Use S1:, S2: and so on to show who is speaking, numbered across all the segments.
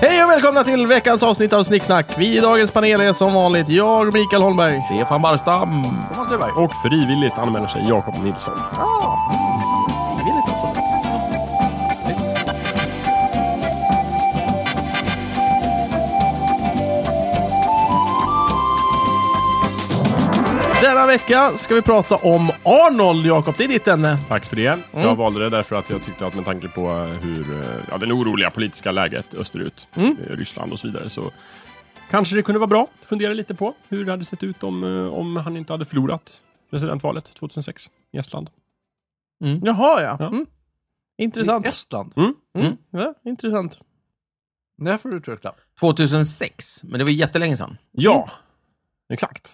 S1: Hej och välkomna till veckans avsnitt av Snicksnack. Vi i dagens panel är som vanligt jag, Mikael Holmberg.
S2: Stefan Barstam. Thomas Löfberg.
S3: Och frivilligt anmäler sig Jakob Nilsson.
S1: Denna vecka ska vi prata om Arnold, Jakob. Det är ditt ämne.
S3: Tack för det.
S2: Mm.
S3: Jag valde det därför att jag tyckte att med tanke på hur eh, ja, den oroliga politiska läget österut,
S2: Mm.
S3: eh, Ryssland och så vidare, så kanske det kunde vara bra att fundera lite på hur det hade sett ut om, eh, om han inte hade förlorat presidentvalet 2006 i Estland.
S1: Jaha, ja.
S3: Ja.
S1: Mm. Intressant.
S2: I Estland.
S1: Mm. Ja, intressant.
S4: Där får du twerklapp.
S2: 2006. Men det var ju jättelänge sedan.
S3: Ja, exakt.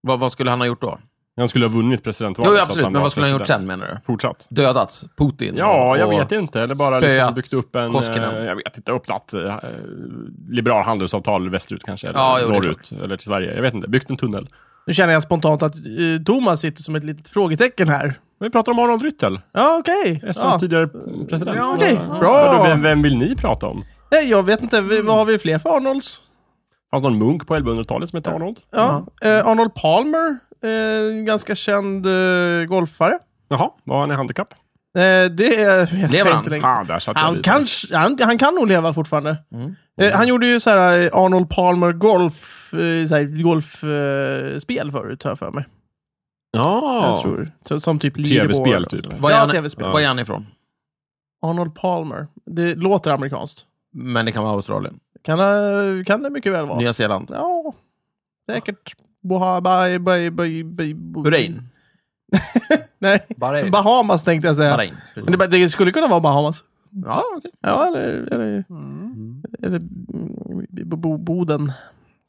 S2: Vad, vad skulle han ha gjort då?
S3: Han skulle ha vunnit
S2: Jo,
S3: presidentvalet.
S2: jo,
S3: så att
S2: absolut.
S3: han
S2: Men
S3: var
S2: vad skulle han ha gjort
S3: president.
S2: sen, menar du?
S3: Fortsatt.
S2: Dödat Putin?
S3: Ja,
S2: och-
S3: jag
S2: och-
S3: vet inte. Eller bara liksom
S2: spöat
S3: byggt upp en...
S2: Koskinen.
S3: eh, Jag vet inte, öppnat eh, liberal handelsavtal västerut kanske. Eller
S2: Ja, jo, det är
S3: norrut. Eller till Sverige. Jag vet inte. Byggt en tunnel.
S1: Nu känner jag spontant att eh, Thomas sitter som ett litet frågetecken här.
S3: Vi pratar om Arnold Ryttel,
S1: Ja, okej.
S3: Estlands
S1: Ja.
S3: tidigare president.
S1: Ja, okej.
S3: Men då,
S1: Bra!
S3: vem, vem vill ni prata om?
S1: Nej, jag vet inte. Vi- Vad har vi fler för Arnolds?
S3: Fanns det någon munk på 1100-talet som hette Arnold?
S1: Ja. Eh, Arnold Palmer, eh, ganska känd eh, golfare.
S3: Jaha, var han i handikapp?
S1: Eh, det vet
S2: Lever
S1: jag
S2: han?
S1: inte längre.
S3: Ah, där satt jag
S1: Han,
S3: lite.
S1: kanske, han, han kan nog leva fortfarande.
S2: Mm.
S1: Eh, han gjorde ju så här eh, Arnold Palmer golf, eh, så här, golfspel förut, har jag för mig. Jag
S3: Ja,
S1: tror. Så, som typ
S3: tv-spel
S1: leaderboard.
S3: typ.
S2: Var är,
S1: Ja,
S2: han,
S1: TV-spel.
S2: var är han ifrån?
S1: Arnold Palmer. Det låter amerikanskt.
S2: Men det kan vara Australien.
S1: Kan, eh, kan det mycket väl vara.
S2: Nya Zeeland.
S1: Ja, säkert. Boha, bye, bye, bye, bye, bye.
S2: Bahrain.
S1: Nej,
S4: Bahrain.
S1: Bahamas tänkte jag säga.
S2: Bahrain. precis.
S1: Men det, det skulle kunna vara Bahamas.
S2: Ja, okej.
S1: Ja, eller, eller, eller mm, Bo- Bo- Boden.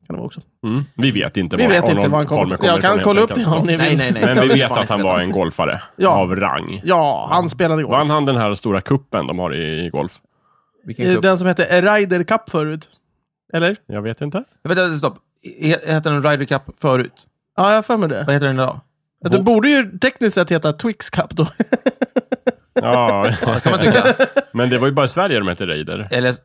S1: Kan det vara också.
S3: Mm. Vi vet inte
S1: Vi
S3: var
S1: vet inte
S3: Arnold
S1: var han kommer
S3: Palme
S1: ifrån. Jag
S3: ifrån,
S1: kan
S3: helt
S1: kolla upp det
S3: enkelt.
S1: om ni vill.
S2: Nej, nej, nej.
S3: Men
S2: Jag
S3: vi
S2: vill
S3: vet
S2: fan
S3: att han
S2: inte
S3: var
S2: veta.
S3: en golfare
S1: Ja.
S3: av rang.
S1: Ja, han spelade golf.
S3: Vann han den här stora kuppen de har i i golf?
S2: Vilken
S1: Eh,
S2: klubb?
S1: Den som hette Ryder Cup förut. Eller?
S3: Jag vet inte.
S2: Vänta, vänta, stopp. He- Hette den Ryder Cup förut?
S1: Ja, jag har för mig det.
S2: Vad heter den idag?
S1: Att Det borde ju tekniskt sett heta Twix Cup då.
S3: Ja,
S2: Det kan man tycka.
S3: men det var ju bara i Sverige de hette Raider.
S2: Eller,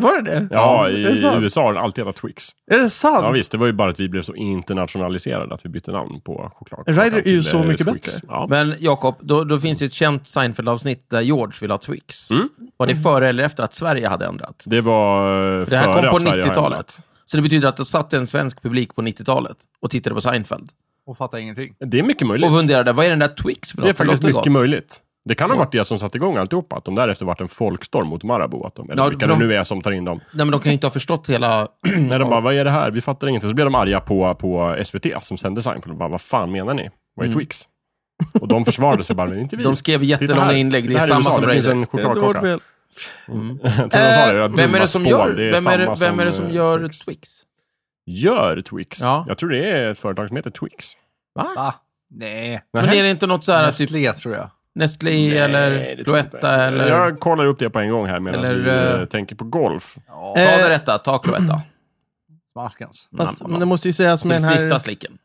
S1: Var det det?
S3: Ja,
S1: är det
S3: i
S1: sant?
S3: USA har det alltid hetat Twix.
S1: Är det sant?
S3: Ja visst, det var ju bara att vi blev så internationaliserade att vi bytte namn på choklad.
S1: Ryder är ju
S3: Till,
S1: så
S3: eh,
S1: mycket
S3: Twix.
S1: bättre.
S3: Ja.
S2: men Jakob, då, då finns det ett känt Seinfeld-avsnitt där George vill ha Twix.
S3: Mm.
S2: Var det före eller efter att Sverige hade ändrat?
S3: Det var eh,
S2: Det här
S3: före
S2: kom på
S3: att Sverige har ändrat.
S2: 90-talet. Så det betyder att det satt en svensk publik på 90-talet och tittade på Seinfeld.
S4: Och fattar ingenting.
S3: Det är mycket möjligt.
S2: Och funderade, vad är den där Twix för något?
S3: det är faktiskt
S2: Låter
S3: mycket
S2: gott.
S3: möjligt. Det kan ha varit det som satte igång alltihopa, att de därefter varit en folkstorm mot Marabou. Att de, eller
S2: Ja,
S3: vilka
S2: för
S3: det
S2: de- Mm.
S3: nu är som tar in dem.
S2: Nej, men de kan ju inte ha förstått hela...
S3: När de bara, vad är det här? Vi fattar ingenting. Så blev de arga på, på SVT som sände Seinfeld. De bara, vad fan menar ni? Vad är Twix? Och de försvarade sig bara, men inte vi.
S2: Mm. De skrev
S3: Titta
S2: jättelånga
S3: här.
S2: Typ inlägg, det är
S3: här
S2: samma
S3: USA.
S2: som
S3: Det finns
S2: Raider. Eh,
S3: en
S1: Det är inte vårt
S3: chokladkaka.
S1: fel.
S3: Jag tror de sa det, jag
S2: Vem är det
S3: dumma
S2: som
S3: spån.
S2: gör,
S3: Det är
S2: vem är det,
S3: samma
S2: vem är det som
S3: eh,
S2: gör
S3: Twix.
S2: Twix?
S3: Gör Twix?
S2: Ja.
S3: Jag tror det är ett företag som heter Twix.
S2: Va?
S4: Va? Nej.
S2: Men är det inte något så här, typ
S4: Nestlé tror jag.
S2: Nestlé
S3: Nej,
S2: eller
S3: det tror jag inte.
S2: Cloetta eller...
S3: Jag kollar upp det på en gång här medan
S2: Eller,
S3: vi eh,
S2: eh,
S3: tänker på golf.
S4: Ja,
S2: Ta
S1: Eh,
S2: det rätta, ta Cloetta.
S4: smaskens.
S1: Fast,
S2: Nam,
S1: men det
S2: nam.
S1: måste ju sägas med
S2: Tills
S1: den här
S2: sista slicken.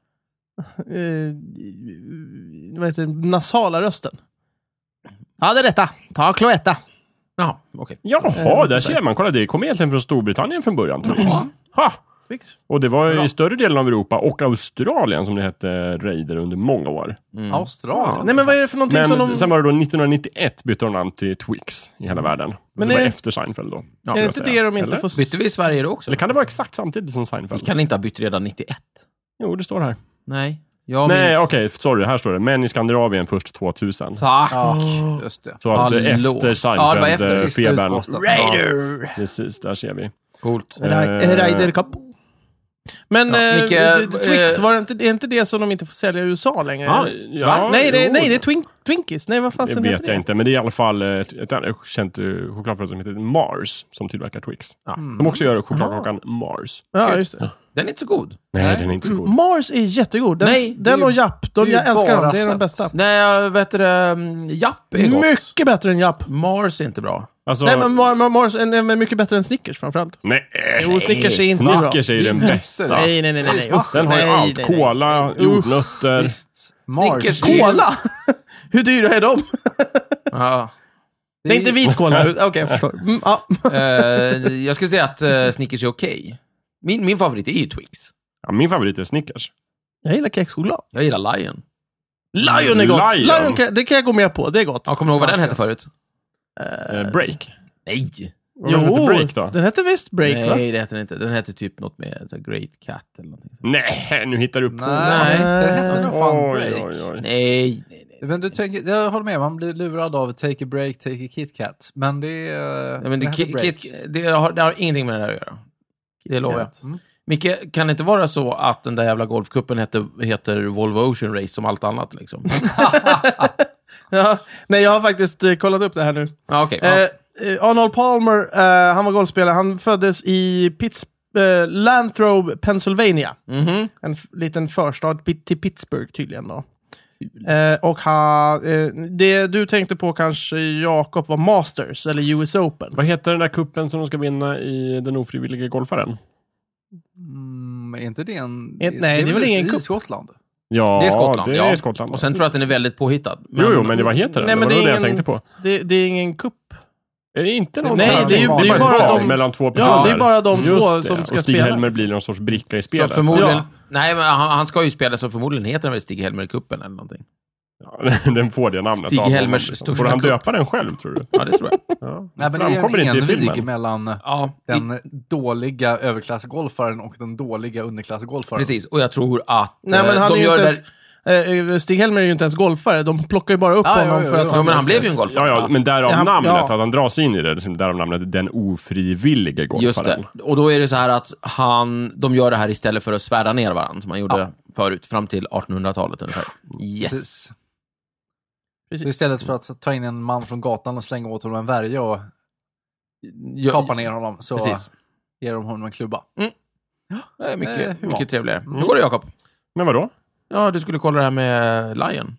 S1: eh, vad heter det, nasala rösten. Ja, det är detta. Ta Cloetta.
S2: Jaha, okej.
S3: Jaha,
S2: Eh,
S1: sånt
S3: där
S1: där.
S3: ser man. Kolla, det kom egentligen från Storbritannien från början. Twix. Ha!
S1: Twix.
S3: Och det var
S4: Bra.
S3: i större delen av Europa och Australien som det hette Raider under många år.
S2: Mm.
S4: Australien.
S1: Nej, men vad är det för någonting
S3: Men
S1: som de...
S3: sen var det då 1991 bytte de namn till Twix i hela världen.
S1: Men
S3: Men det var
S1: är-
S3: efter Seinfeld då.
S2: Ja,
S1: är
S3: skulle
S1: det
S3: jag
S1: inte
S3: säga.
S1: det de inte
S3: Eller?
S1: får... s-
S2: Bytte vi i Sverige då också?
S3: Eller kan det vara exakt samtidigt som Seinfeld?
S2: Kan ni inte ha bytt redan 91?
S3: Jo, det står här.
S2: Nej. Jag
S3: Nej,
S2: minns...
S3: okej, sorry. Här står det. Men i Skandinavien först 2000.
S2: Tack!
S4: Ja, just det.
S3: Så alltså
S2: Hallå.
S3: efter
S2: Ja, det var efter sista
S3: Seinfeld-febern.
S4: utposten.
S3: Raider! Precis, där ser
S1: Eh,
S3: vi.
S2: Coolt.
S1: Ra-
S3: Eh,
S1: Ryder Cup. Men
S2: Ja,
S1: eh,
S2: Micke,
S1: d- d- Twix,
S2: eh,
S1: var det inte, är inte det som de inte får sälja i USA längre?
S3: Ja,
S1: Eller?
S3: Ah, ja,
S1: Va? nej, det,
S3: jo.
S1: nej, det är twink, Twinkies. Nej, vad fasen
S3: det
S1: heter
S3: vet jag inte, men det är i alla fall eh, ett, ett, annat känt eh, chokladföretag som heter Mars som tillverkar Twix.
S1: Mm.
S3: De också gör chokladkakan
S1: Ah.
S3: Mars.
S1: Ja, just det.
S2: Mm. Den är inte så god.
S3: Nej, den är inte så god.
S1: Mars är jättegod. Den,
S2: Nej,
S1: den
S4: det är-
S1: och Japp, de,
S4: det är
S1: jag älskar
S4: bara
S1: dem. Det är de
S4: sött.
S1: bästa.
S2: Nej, jag vet du det, mm, Japp är gott.
S1: Mycket bättre än Japp.
S2: Mars är inte bra.
S3: Alltså,
S1: Nej, men Mar- Mar- Mars är men mycket bättre än Snickers framförallt.
S3: nej,
S1: Jo, Snickers är inte bra.
S3: Snickers är ju den
S4: Det är
S3: bästa.
S4: Nej,
S1: nej, nej, nej. Usch,
S3: Den har ju
S1: nej,
S3: allt.
S1: nej, nej.
S3: Kola, jordnötter.
S4: Visst. Mars.
S2: Snickers.
S4: Det är-
S1: Kola! Hur dyra är de?
S2: Ja.
S1: Det är inte vitkål nu. Okej, jag förstår. Mm, ja.
S2: Eh, jag skulle säga att eh, Snickers är okej. Min, min favorit är ju Twix.
S3: Ja, min favorit är Snickers.
S1: Jag gillar kexchoklad.
S2: Jag gillar Lion.
S1: Lion är gott!
S3: Lion.
S1: Lion. kan, det kan jag gå med på. Det är gott.
S2: Ja, kommer du ihåg vad den hette förut?
S3: Eh, break.
S2: Nej!
S3: Vad var det som hette break då?
S1: den hette visst Break va?
S2: Nej, det hette den inte. Den hette typ något med så här, Great Cat eller någonting.
S3: Nej, nu hittar du på.
S4: Nej, det hette nog fan
S3: Oj,
S4: break.
S3: oj, oj.
S2: Nej, nej, nej.
S4: Men du tänker, jag håller med, man blir lurad av Take a break, take a KitKat. Men det är... eh,
S2: nej men det,
S4: hette
S2: ki-
S4: break.
S2: kit, det, har, det har ingenting med det där att göra. Det lovar jag.
S4: Mm.
S2: Micke, kan det inte vara så att den där jävla golfkuppen heter, heter Volvo Ocean Race som allt annat liksom?
S1: Ja. Nej, jag har faktiskt eh, kollat upp det här nu.
S2: ja, okej.
S1: Eh,
S2: ja.
S1: eh, Arnold Palmer, eh, han var golfspelare. Han föddes i Pitts, eh, Lanthrobe, Pennsylvania.
S2: Mhm.
S1: En f- liten förstad pi- till Pittsburgh tydligen då. Eh, och ha, eh, det du tänkte på kanske, Jakob, var Masters eller US Open.
S3: Vad heter den där kuppen som de ska vinna i Den ofrivillige golfaren?
S4: Mm, är inte det en...
S1: Ett- nej, det är väl ingen
S4: i
S1: kupp.
S4: Skottland?
S3: Ja,
S2: det är Skottland.
S3: Det är
S2: ja.
S3: Skottland.
S2: Och sen tror jag att den är väldigt påhittad.
S3: jo, jo, men det, vad heter den?
S1: Nej,
S3: det
S1: men det
S3: var
S1: är
S3: nog det jag
S1: ingen-
S3: tänkte på.
S1: Det, det är ingen kupp.
S3: Är det inte någon
S1: Nej,
S3: tävling?
S1: det är ju- det är ju
S3: ett
S1: bara
S3: val
S1: de-
S3: mellan två personer.
S1: Ja, det är bara de
S3: Just
S1: två
S3: det,
S1: som ska
S3: och Stig
S1: spela.
S3: Helmer blir någon sorts bricka i
S2: Så
S3: spelet.
S2: förmodligen...
S1: Ja.
S2: Nej, men han, han ska ju spela, så förmodligen heter den väl Stig Helmer i kuppen eller någonting.
S3: Ja, den får det namnet
S2: Stig
S3: av honom,
S2: Helmers
S3: liksom.
S2: största
S3: Borde han
S2: kupp.
S3: döpa den själv, tror du?
S2: Ja, det tror jag.
S3: Ja.
S4: Nej, men det
S3: Framkommer
S4: är
S3: inte
S4: en
S3: i
S4: envig
S3: filmen.
S4: mellan
S2: Ja, i-
S4: den dåliga överklassgolfaren och den dåliga underklassgolfaren.
S2: Precis, och jag tror att
S1: Nej, men
S2: eh,
S1: han
S2: de
S1: är ju
S2: gör
S1: inte
S2: det
S1: ens,
S2: där...
S1: eh, Stig Helmer är ju inte ens golfare. De plockar ju bara upp
S4: Ja, ja,
S1: honom
S4: ja,
S1: för
S4: ja,
S1: att
S4: ja,
S2: Ah, Ja, men han blev ju en golfare.
S3: Ja, ja, men därav
S1: Ja, han-
S3: namnet,
S1: ja.
S3: att han dras in i det. liksom, Därav namnet Den ofrivillige
S2: Just
S3: golfaren.
S2: det. Och då är det så här att han, de gör det här istället för att svära ner varandra, som man gjorde förut, fram till 1800-talet ungefär. Yes.
S4: Precis.
S1: Precis.
S4: Så istället för att ta in en man från gatan och slänga åt honom en värja och
S2: Jag-
S4: kapa ner honom så
S2: Precis.
S4: ger de honom en klubba.
S2: Det är
S4: Eh,
S2: mycket,
S4: humant.
S2: mycket trevligare. Hur går det, Jakob?
S3: Men vadå?
S2: Ja, du skulle kolla det här med Lion.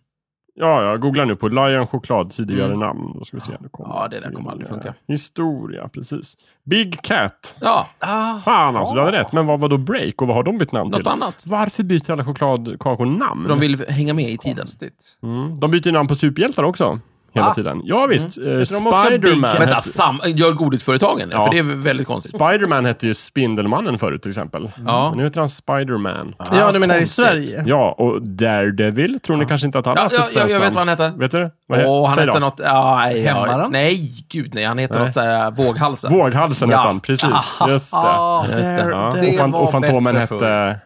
S3: Ja, jag googlar nu på Lion Choklad, tidigare
S2: Mm.
S3: namn. Då ska vi se. Nu kommer
S2: Ja, det där
S3: till,
S2: kommer aldrig
S3: eh,
S2: funka.
S3: Historia, precis. Big Cat.
S2: Ja,
S3: Fan alltså, du hade rätt. Men vad var då Break och vad har de bytt namn
S2: Ah, något
S3: till?
S2: annat.
S3: Varför byter alla chokladkakor namn?
S2: De vill hänga med i tiden.
S4: Konstigt.
S3: mm. de byter ju namn på superhjältar också. Hela
S2: Ah.
S4: Va?
S3: tiden. Ja, visst.
S2: Mm.
S3: Eh,
S1: Heter de också Big
S3: Spiderman
S1: Cat?
S2: Vänta, alltså-
S3: hette,
S2: sam- gör godisföretagen?
S3: Ja.
S2: För det är väldigt konstigt.
S3: Spiderman hette ju Spindelmannen förut till exempel.
S2: Ja.
S3: Men nu heter han Spiderman.
S1: Ja, du menar i
S2: konstigt.
S1: Sverige?
S3: Ja, och Daredevil tror ni kanske inte att han har
S2: Ja,
S3: haft ett
S2: jag, jag,
S3: svenskt
S2: jag vet vad han
S3: namn?
S2: hette.
S3: Vet du? Vad he-
S2: Åh, han
S3: säg
S2: hette
S3: då.
S2: något... Ja, ja,
S4: Hämmaren?
S2: nej, gud nej. Han heter
S3: Nej.
S2: något så här våghalsen.
S3: Våghalsen
S2: Ja.
S3: hette han, precis. Just det.
S4: Ah,
S2: Just det.
S3: Ja.
S1: Det
S3: och, fan,
S4: var
S3: och Fantomen
S4: bättre
S3: hette...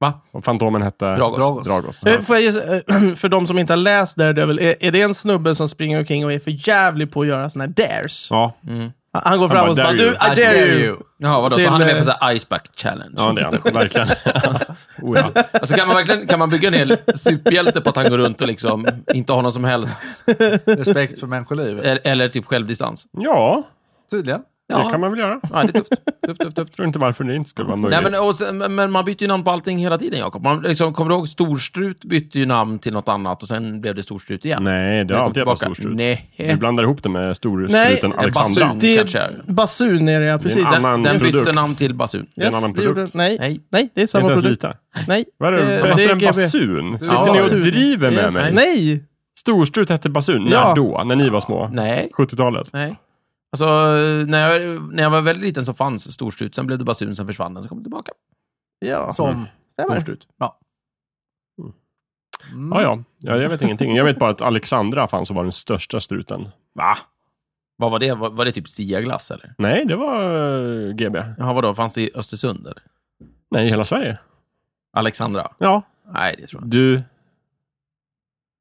S2: Va?
S3: Och Fantomen hette...
S2: Dragos.
S4: Dragos.
S3: Dragos.
S1: Eh, Får jag gissa, eh, för de som inte har läst Daredevil, är, är det en snubbe som springer omkring och är för jävlig på att göra såna här dares?
S3: Ja,
S2: Mm.
S1: Han- Han går
S3: Han
S1: fram
S3: bara,
S1: och så bara
S3: "Dare
S1: du,
S3: you."
S1: I dare you!
S2: Ja, vadå?
S1: Till,
S2: så han är med
S1: eh,
S2: på så här Iceback Challenge?
S3: ja det är han. Verkligen. oh, ja.
S2: Alltså kan man verkligen kan man bygga en hel superhjälte på att han går runt och liksom inte har någon som helst,
S4: Respekt för människoliv.
S2: eller, eller typ självdistans?
S3: ja,
S4: Tydligen.
S2: Ja,
S3: det kan man väl göra.
S2: ja det är tufft. tufft, tufft, tufft.
S3: Tror inte varför det inte skulle vara möjligt.
S2: Nej, men, och sen, men- men man byter ju namn på allting hela tiden, Jakob. Man liksom, kommer du ihåg Storstrut bytte ju namn till något annat och sen blev det Storstrut igen.
S3: Nej, det har alltid hetat Storstrut.
S2: Nej.
S3: Du blandar ihop det med
S1: Nej,
S3: storstruten
S1: en
S3: Alexandra.
S2: basun.
S1: Det
S2: Kanske
S1: är
S2: är.
S1: basun är det ja, precis.
S3: Det är en
S2: Den,
S3: annan
S2: den bytte
S3: produkt.
S2: namn till basun.
S3: det är en annan
S1: det gjorde
S3: produkt.
S1: den. nej.
S2: Nej.
S1: nej, det är samma
S3: Inte ens
S1: produkt.
S3: lite.
S1: Nej,
S3: Vad är
S1: eh,
S3: det? Vad heter en
S1: GB.
S3: basun? Sitter
S2: Ja.
S3: ni och
S1: Basun.
S3: driver med
S1: Yes.
S3: mig?
S1: Nej!
S3: Storstrut hette basun. När
S1: Ja.
S3: då? När ni var små?
S2: Nej.
S3: 70-talet?
S2: Nej. Alltså, när jag, när jag var väldigt liten så fanns Storstrut, sen blev det basun, sen försvann den, sen kom den tillbaka.
S1: Ja,
S4: Som...
S1: stämmer.
S2: Storstrut.
S4: Mm.
S3: Ja, ja. ja, jag vet ingenting. Jag vet bara att Alexandra fanns och var den största struten. Va?
S2: Vad var det? Var, var det typ Stiaglass eller?
S3: Nej, det var eh, GB.
S2: Jaha, vadå? Fanns det i Östersund eller?
S3: Nej, i hela Sverige.
S2: Alexandra?
S3: Ja.
S2: Nej, det tror jag inte.
S3: Du,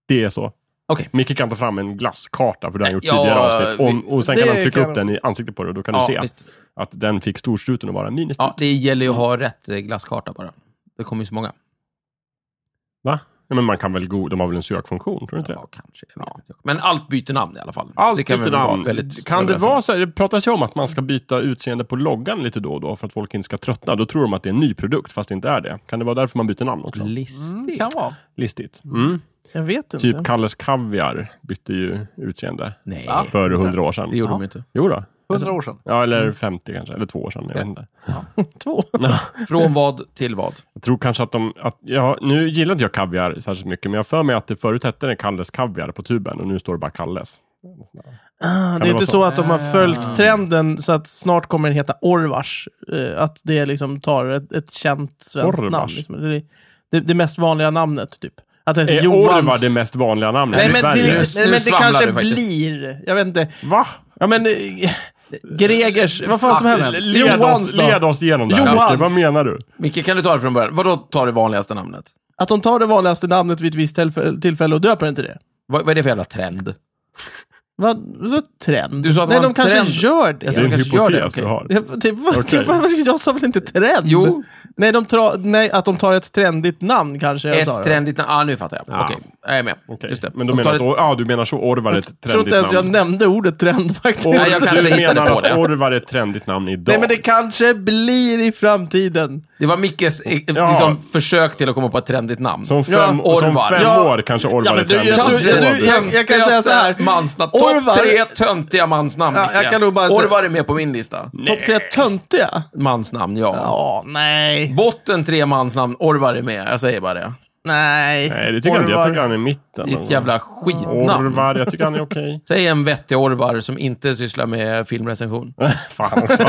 S3: det är så.
S2: Okej.
S3: Micke kan ta fram en glasskarta, för det har han gjort
S2: Ja,
S3: tidigare avsnitt. Om, och sen kan
S1: det
S3: han trycka
S1: kan-
S3: upp den i ansiktet på dig och då kan du se
S2: visst.
S3: att den fick storstruten att vara minus.
S2: ja, det gäller ju att ha rätt eh, glasskarta bara. Det kommer ju så många.
S3: Va? Ja, men man kan väl go- de har väl en sökfunktion, tror du inte det?
S2: Ja, kanske. Jag vet inte. Men allt byter namn i alla fall.
S3: Allt
S2: Det kan
S3: byter
S2: vi vara
S3: namn.
S2: väldigt
S3: kan det
S2: överens om.
S3: vara så här, det pratas ju om att man ska byta utseende på loggan lite då och då för att folk inte ska tröttna. Då tror de att det är en ny produkt, fast det inte är det. Kan det vara därför man byter namn också?
S2: Mm. listigt?
S4: Mm, Kan vara.
S3: Listigt. Mm.
S1: Mm, Jag vet inte.
S3: Typ Kalles Kaviar bytte ju utseende
S2: Nej,
S4: Va?
S3: för hundra år sedan.
S2: det gjorde
S4: Ja.
S2: de inte.
S3: Jo då.
S4: Hundra år sedan.
S1: Mm.
S3: Ja, eller 50 kanske, eller två år sedan. Jag vet inte.
S1: Två.
S2: Från vad till vad?
S3: Jag tror kanske att de... Att, ja, nu gillar inte jag kaviar särskilt mycket, men jag har för mig att det förut hette den Kalles Kaviar på tuben och nu står det bara Kalles.
S1: Ah,
S3: det
S1: det är
S3: vara
S1: inte
S3: så?
S1: så att de har
S4: Ah.
S1: följt trenden så att snart kommer den heta Orvars. Eh, att det liksom tar ett, ett känt svenskt
S3: Orvars?
S1: namn. Liksom. Det, är det, det mest vanliga namnet, typ. Att det heter
S3: Är
S1: Johans...
S3: Orvar det mest vanliga namnet
S1: Nej,
S3: i
S1: men, till,
S3: Sverige?
S2: Just nu
S1: nej, men det liksom-
S2: svamlar
S1: kanske
S2: du faktiskt.
S1: blir... Jag vet inte.
S3: Va?
S1: Ja, men... eh, Gregers, vad fan
S2: Ah,
S1: som
S4: Fuck,
S1: helst.
S3: Led
S1: Johans
S3: oss,
S1: då?
S3: led oss igenom det här.
S1: Johans.
S3: Christer. Vad menar du?
S2: Micke, kan du ta det från början? Vadå ta det vanligaste namnet?
S1: Att de tar det vanligaste namnet vid ett visst tillfälle, tillfälle och döper den till det.
S2: Vad, vad är det för jävla trend?
S1: Vad, vad trend?
S2: Du sa att det
S1: nej,
S2: var
S1: de
S2: en
S1: kanske
S2: trend.
S1: gör det.
S2: Jag
S3: Det
S2: sa-
S3: är
S2: De
S3: en
S2: kanske gör det,
S3: hypotes
S2: okej.
S3: du har.
S1: Jag, typ, vad-
S3: Okej.
S1: vad- jag sa väl inte trend?
S2: Jo,
S1: Nej, de tra- nej, att de tar ett trendigt namn kanske. Jag sa
S2: ett
S1: det.
S2: trendigt namn. Ah, nu fattar jag.
S3: Ja.
S2: Okej, jag är med.
S3: Okej.
S2: Just det.
S3: Men du
S2: De
S3: menar,
S2: tar
S3: att,
S2: ett-
S3: ja, du menar så Orvar är ett
S1: Jag tror
S3: trendigt
S1: inte ens jag
S3: namn?
S1: nämnde ordet trend faktiskt.
S3: Or-
S2: Nej, jag kanske
S3: du
S2: hittade
S3: menar
S2: på
S3: att
S2: det.
S3: Orvar är ett trendigt namn idag?
S1: Nej, men det kanske blir i framtiden.
S2: Det var Mickes eh,
S3: Ja.
S2: liksom, försök till att komma på ett trendigt namn.
S3: Som fem,
S2: Ja,
S3: som
S2: Orvar.
S3: fem
S1: Ja.
S3: år kanske Orvar
S1: Ja, men
S3: är
S1: du, jag
S3: trendigt
S1: tror-
S3: namn.
S1: jag tror- jag- jag kan säga så här.
S2: Töntigaste Mansnamn.
S1: Orvar-
S2: Topp tre töntiga mansnamn.
S1: Ja, jag
S2: Micke.
S1: kan nog bara säga-
S2: Orvar är med på min lista.
S1: Topp tre töntiga?
S2: Mansnamn, ja.
S1: Ja, nej.
S2: Botten tre mansnamn. Orvar är med. Jag säger bara det.
S1: Nej.
S3: Nej, det tycker jag inte. Jag
S1: Orvar.
S3: tycker han är i mitten.
S2: Ditt jävla skitnamn.
S3: Orvar, jag tycker han är okej.
S2: Säg en vettig Orvar som inte sysslar med filmrecension.
S3: Fan också.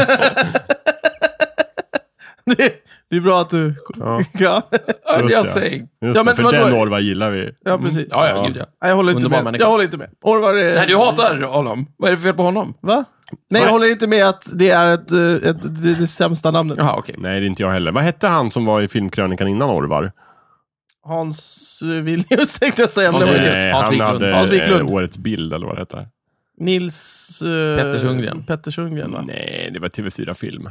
S1: Det, det är bra att du...
S3: Ja.
S1: Ja,
S3: Just
S2: jag
S3: det.
S2: säger...
S3: Just
S1: Ja,
S3: ja,
S1: men
S3: men för
S1: vadå?
S3: den Orvar gillar vi.
S1: ja precis.
S2: Ja, ja, gud ja.
S1: Nej, Jag håller inte
S2: Underbar
S1: med.
S2: människa.
S1: Jag håller inte med. Orvar är...
S2: Nej, du hatar honom. Vad är det för fel på honom?
S1: Va? Nej, jag håller inte med att det är ett, eh, ett, det, det sämsta namnet.
S2: Jaha, okej.
S3: Nej, det är inte jag heller. Vad hette han som var i filmkrönikan innan Orvar?
S1: Hans eh, Vilnius tänkte jag säga. men det
S2: Hans
S1: var
S2: Vilnius.
S1: inte-
S2: Hans
S3: Nej, Eh, han
S2: Wiklund.
S3: hade
S1: Hans Wiklund.
S3: eh, Årets bild, eller vad det hette.
S1: Nils... Uh,
S2: Petter Sundgren.
S1: Petter Sundgren, va?
S3: Nej, det var TV4-film.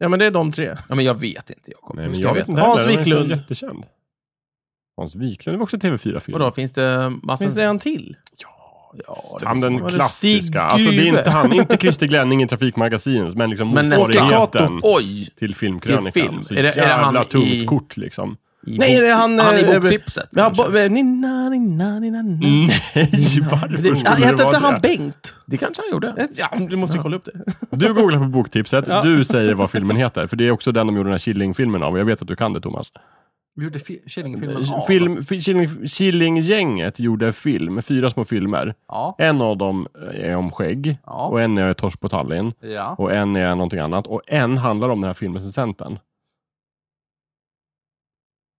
S1: Ja, men det är de tre.
S2: Ja, men jag vet inte, Jakob.
S3: Nej,
S2: Hur
S3: men
S2: ska
S3: jag vet inte
S1: Hans
S3: heller. Den är så
S1: Wiklund.
S3: Jättekänd. Hans Wiklund, det var också TV4-film.
S2: Vadå, finns det massor...
S1: Finns det en till?
S2: Ja, det
S3: Han
S2: finns...
S3: den
S1: Var det Stig
S3: klassiska. Alltså det är
S1: Gyve?
S3: inte han, inte Christer Glenning i Trafikmagasinet, men liksom
S2: Men nästan.
S3: motsvarigheten
S2: Oj!
S3: till filmkrönikan.
S2: Till film.
S3: Så
S2: Är det- är det
S3: jävla
S2: han
S3: tungt
S2: i-
S3: kort liksom.
S1: Nej, det är han...
S2: Han
S1: eh,
S2: i boktipset.
S1: Ja,
S2: kanske. Mm.
S1: bo, eh, nina, nina, nina, nina.
S3: Nej, varför
S1: Mm. Det,
S3: skulle
S1: hette
S3: det
S1: inte
S3: vara
S1: han
S3: det?
S1: Bengt? Eh,
S2: det kanske han gjorde.
S1: Ja, du måste kolla upp
S2: Mm.
S1: det.
S3: Du googlar på boktipset,
S1: Ja.
S3: du säger vad filmen heter. För det är också den de gjorde den här Killing-filmen av. Jag vet att du kan det, Thomas. Eh,
S4: Gjorde fi- Killing-filmen av?
S3: Äh, Film, fi- Killing- Killinggänget gjorde film, fyra små filmer.
S4: Ja.
S3: En av dem eh, är om skägg,
S4: Ja.
S3: och en är Torsk på Tallinn,
S4: ja.
S3: och en är någonting annat. Och en handlar om den här filmrecensenten.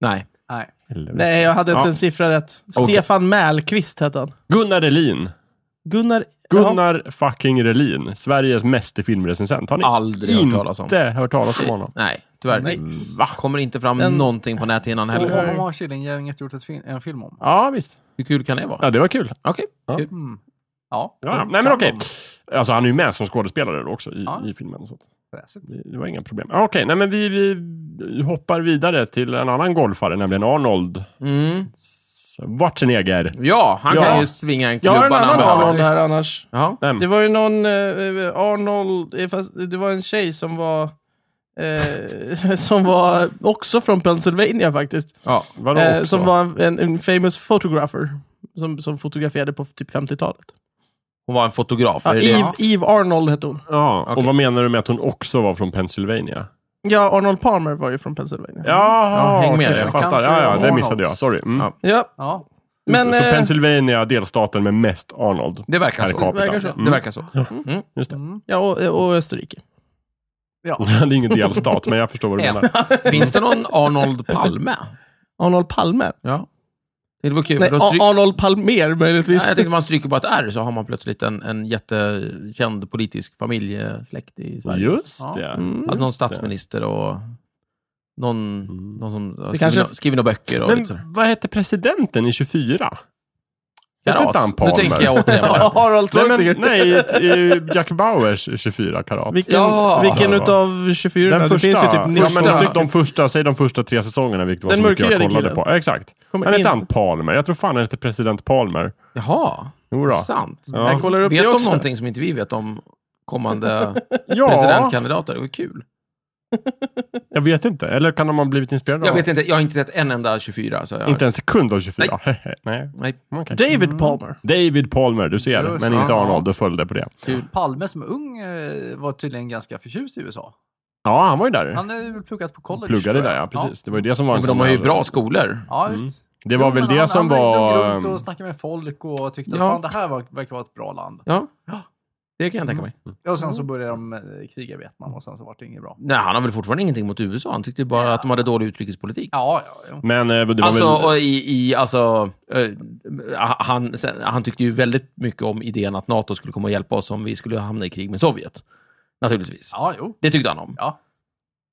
S2: Nej.
S4: Nej.
S3: Helvete.
S1: Nej, jag hade inte
S3: Ja.
S1: en siffra rätt.
S3: Okej.
S1: Stefan Mälqvist hette han.
S3: Gunnar Relin.
S1: Gunnar... Ja.
S3: Gunnar fucking Relin. Sveriges mest filmrecensent. Har ni
S2: Aldrig hört talas om.
S3: inte hört talas om honom?
S2: Nej, tyvärr.
S1: Nej.
S2: Va? Kommer inte fram
S1: Den-
S2: någonting på näthinnan
S4: Eller
S2: heller.
S4: honom har Killinggänget gjort ett fin- en film om.
S3: Ja, visst.
S2: Hur kul kan det vara?
S3: Ja, det var kul.
S2: Okej.
S3: Ja.
S2: kul.
S4: Mm. Ja.
S3: Ja,
S4: Kan
S3: nej men okej.
S4: de?
S3: Alltså han är ju med som skådespelare då också i,
S4: Ja.
S3: i filmen. Så att
S4: Fräsigt.
S3: det, det var inga problem. Ja, Okej, nej men vi, vi hoppar vidare till en annan golfare, nämligen Arnold
S2: Mm.
S3: Schwarzenegger.
S2: Ja, han
S3: Ja.
S2: kan ju svinga en
S1: Jag har en
S2: klubba när han
S1: annan
S2: behöver.
S1: Arnold här annars.
S2: Ja.
S1: Det
S3: Vem?
S1: var ju någon eh, Arnold, eh, fast det var en tjej som var, eh, som var också från Pennsylvania faktiskt.
S2: ja.
S3: Vadå
S1: Eh,
S3: också?
S1: som var en, en famous photographer. Som, som fotograferade på typ 50-talet.
S2: Hon var en fotograf.
S1: Ja,
S2: är det det?
S1: Eve, Eve Arnold hette hon.
S3: Ja,
S2: Okej.
S3: och vad menar du med att hon också var från Pennsylvania?
S1: Ja, Arnold Palmer var ju från Pennsylvania.
S3: Jaha,
S2: Ja, häng med
S3: okej,
S2: dig.
S3: jag fattar.
S4: Country
S3: Ja, ja, det
S4: Arnold.
S3: missade jag. Sorry. Mm.
S2: Ja.
S1: Ja,
S4: Ja.
S1: men...
S3: så
S1: eh,
S3: Pennsylvania, delstaten med mest Arnold.
S2: Det verkar
S3: Per
S2: så.
S3: capita.
S1: verkar så.
S3: Mm.
S2: Det verkar så.
S3: Just det.
S4: Mm.
S1: ja, och, och Österrike.
S4: ja.
S3: det är ingen delstat, men jag förstår vad du
S4: En.
S3: menar.
S2: Finns det någon Arnold Palme?
S1: Arnold Palme?
S2: Ja. Det var kul.
S1: Nej,
S2: för då
S1: A-
S2: stryk...
S1: Arnold Palmer möjligtvis.
S2: Nej, jag tänkte man stryker på ett R så har man plötsligt en, en jättekänd politisk familjesläkt i Sverige.
S3: Just
S4: Ja.
S3: det.
S1: Mm.
S2: Att någon statsminister och någon,
S3: Mm.
S2: någon som har skrivit,
S1: kanske-
S2: no- skrivit några böcker och
S3: Men
S2: lite sådär.
S3: vad hette presidenten i 24? Hette inte han
S2: Karat. Nu
S3: Palmer?
S2: tänker jag återigen bara.
S1: Arnold
S3: Nej,
S1: Schwarzenegger.
S3: men, nej eh, Jack Bauers 24 karat.
S1: Vilken,
S2: Ja.
S1: vilken
S3: Ja.
S1: utav 24
S3: Den
S1: Det
S3: första,
S1: finns ju typ 19
S3: ja, men,
S1: stycken.
S3: de första, säg de första tre säsongerna, vilket var
S1: Den
S3: så mycket jag
S1: mörkhyade
S3: kollade
S1: killen.
S3: på. Ja, Exakt.
S1: Kommer
S3: Han hette
S1: inte.
S3: han Palmer. Jag tror fan han hette president Palmer.
S2: Jaha,
S3: Jodå.
S2: sant.
S3: Ja.
S1: Jag kollar upp det
S2: Vet de
S1: också.
S2: någonting som inte vi vet om kommande
S3: Ja,
S2: presidentkandidater? Det var kul.
S3: jag vet inte. Eller kan de ha blivit inspirerade
S2: Jag
S3: av-
S2: vet inte, jag har inte sett en enda 24. Så jag...
S3: Inte en sekund av 24. Nej.
S2: Nej,
S3: Okej.
S2: Mm.
S1: David Palmer.
S3: David Palmer, du ser.
S4: Just
S3: men
S4: det.
S3: inte Arnold, du följde på det.
S4: Palme som ung eh, var tydligen ganska förtjust i USA.
S3: Ja, han var ju där.
S4: Han har ju pluggat på college.
S3: Pluggade
S4: tror
S3: där,
S4: jag.
S3: ja. Precis. Det var ju det som var en
S2: men
S3: sån
S2: de har ju
S3: här-
S2: bra skolor.
S4: Ja, ja visst.
S3: Det var
S4: Jo, men
S3: väl det
S4: han,
S3: som
S4: han
S3: var... ehm,
S4: Han runt och snackade med folk och tyckte
S2: Ja.
S4: att fan, det här var, verkar vara ett bra land.
S2: Ja, det kan jag tänka mig.
S4: Ja, Och sen så började de eh, kriga i Vietnam och sen så var det inget bra.
S2: Nej, han har väl fortfarande ingenting mot USA. Han tyckte ju bara att de hade dålig utrikespolitik.
S4: Ja, ja, ja.
S3: Men eh, det var
S2: Alltså,
S3: väl...
S2: och i, i, alltså eh, han, sen- han tyckte ju väldigt mycket om idén att NATO skulle komma och hjälpa oss om vi skulle hamna i krig med Sovjet. Naturligtvis.
S4: ja jo.
S2: Det tyckte han om.
S4: Ja.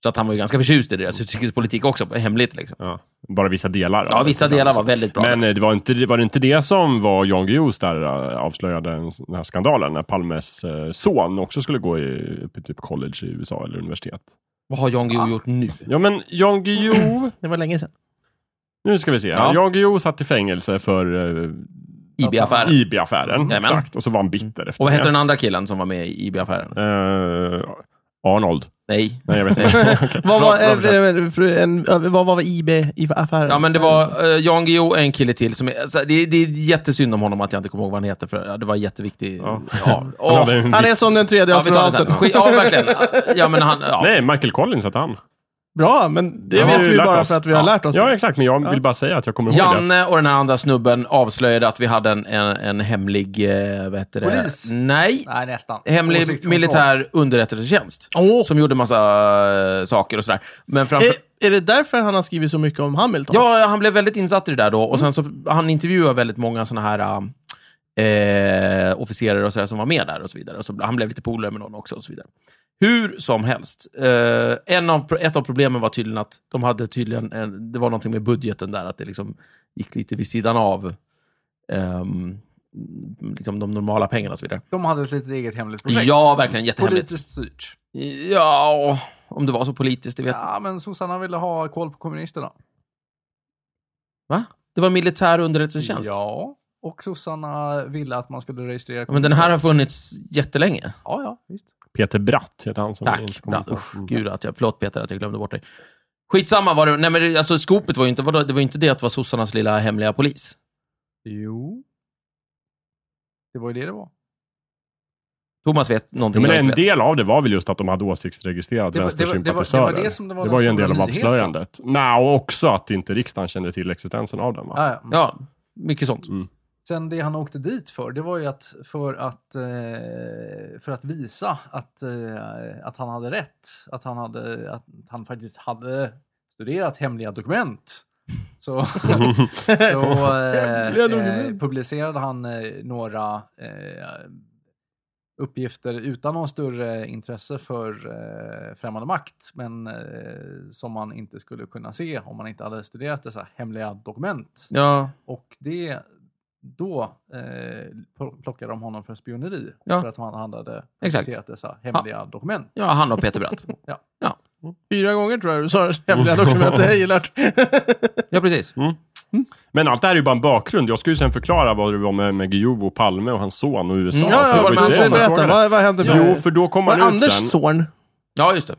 S2: Så att han var ju ganska förtjust i deras utrikespolitik också, hemligt liksom.
S3: Ja, bara vissa delar. av
S2: Ja, vissa
S3: det.
S2: delar var väldigt bra.
S3: Men eh, det var, inte, det- var det inte det som var Jan Guillous där eh, avslöjade den den här skandalen när Palmes eh, son också skulle gå i på typ college i USA eller universitet?
S2: Vad har Jan Guillou gjort nu?
S3: Ja, men Jan Guillou...
S1: Det var länge sedan.
S3: nu ska vi se.
S2: Ja.
S3: Jan Guillou satt i fängelse för eh,
S2: IB-affären.
S3: IB-affären.
S2: Jajamän.
S3: Exakt. Och så var han
S1: Mm.
S3: bitter efter
S2: Och vad hette
S3: det.
S2: den andra killen som var med i IB-affären?
S3: Eh, Arnold.
S2: Nej.
S3: Nej, jag vet
S2: Nej.
S3: inte.
S1: Vad
S3: Bra-
S1: var,
S3: bra
S1: eh, eh, fru- en- eh, vad var IB i affären?
S2: Ja, men det var eh, Jan Guillou och en kille till som är, alltså, det, det är jättesynd om honom att jag inte kommer ihåg vad han heter, för ja, det var jätteviktigt. Ja.
S3: Ja.
S2: Åh.
S3: hade en
S1: Han är
S3: viss-
S1: som den tredje
S2: Ja, vi tar det sen.
S1: astronauten.
S2: Skit- Ja, verkligen. Ja, men han, ja.
S3: Nej, Michael Collins hette han.
S1: Bra, men det
S3: Ja, vi har
S1: vet
S3: ju
S1: vi ju
S3: lärt
S1: bara
S3: oss.
S1: för att vi har
S2: Ja.
S1: lärt oss
S3: Ja,
S1: det.
S3: exakt. Men jag vill bara säga att jag kommer ihåg det.
S2: Janne och den här andra snubben avslöjade att vi hade en, en, en hemlig... Eh, vad heter det?
S4: Polis?
S2: Nej.
S4: Nej, nästan.
S2: Hemlig
S4: Åsiktskontroll.
S2: militär underrättelsetjänst. Som gjorde massa eh, saker och sådär. Men framför...
S1: Eh, Är, är det därför han har skrivit så mycket om Hamilton?
S2: Ja, han blev väldigt insatt i det där då. Och sen så, han intervjuade väldigt många sådana här eh, officerare och sådär som var med där och så vidare. Och så, han blev lite polare med någon också och så vidare. Hur som helst, eh, en av, ett av problemen var tydligen att de hade tydligen, eh, det var någonting med budgeten där, att det liksom gick lite vid sidan av ehm, liksom de normala pengarna och så vidare.
S4: De hade ett litet eget hemligt projekt.
S2: Ja, verkligen, jättehemligt.
S4: Politiskt styrt.
S2: Ja, om det var så politiskt, det vet
S4: Ja, men sossarna ville ha koll på kommunisterna.
S2: Va? Det var militär underrättelsetjänst?
S4: Ja, och sossarna ville att man skulle registrera
S2: Ja, Men den här har funnits jättelänge.
S4: Ja, ja, visst.
S3: Peter Bratt heter han som vi inte
S2: Tack.
S3: kommer
S2: Bra.
S3: ihåg.
S2: Usch,
S3: Mm.
S2: gud att jag, förlåt Peter att jag glömde bort dig. Skitsamma var det, nej men det- alltså skopet var ju inte, vadå, det var ju inte det att det var sossarnas lilla hemliga polis.
S4: Jo. Det var ju det det var.
S2: Thomas vet någonting.
S3: Men
S2: jag
S3: en
S2: inte vet.
S3: del av det var väl just att de hade åsiktsregistrerat
S4: Det var- det var- det var- det var
S3: vänstersympatisörer.
S4: det som det var den
S3: ju en
S4: stora
S3: del av
S4: nyheten.
S3: avslöjandet. Nej, och också att inte riksdagen kände till existensen av den. Va?
S4: Ja, ja.
S2: Ja, mycket sånt.
S4: Sen det han åkte dit för, det var ju att för att, eh, för att visa att, eh, att han hade rätt. Att han, hade, att han faktiskt hade studerat hemliga dokument. Så,
S3: Mm.
S4: så eh, eh, publicerade han eh, några eh, uppgifter utan någon större intresse för eh, främmande makt. Men eh, som man inte skulle kunna se om man inte hade studerat dessa hemliga dokument.
S2: Ja,
S4: Och det, då eh, pl- plockade de honom för spioneri.
S2: Ja.
S4: För att han han hade
S2: Exakt.
S4: publicerat dessa hemliga dokument.
S2: ja, han och Peter Bratt.
S1: Fyra gånger tror jag du sa det hemliga dokumentet. Jag gillar det.
S2: Ja, precis.
S3: Mm. Men allt det här är ju bara en bakgrund. Jag ska ju sen förklara vad det var med, med Guillou och Palme och hans son och USA.
S2: Mm.
S3: Så
S1: Ja,
S3: det
S1: ja,
S3: var
S1: men
S3: ju
S1: alltså,
S3: det som
S1: berätta.
S3: frågade.
S1: Vad, vad hände? med-
S3: Jo, för då kom
S1: var
S3: han ut
S1: Anders
S3: sen.
S1: son?
S2: Ja, just det.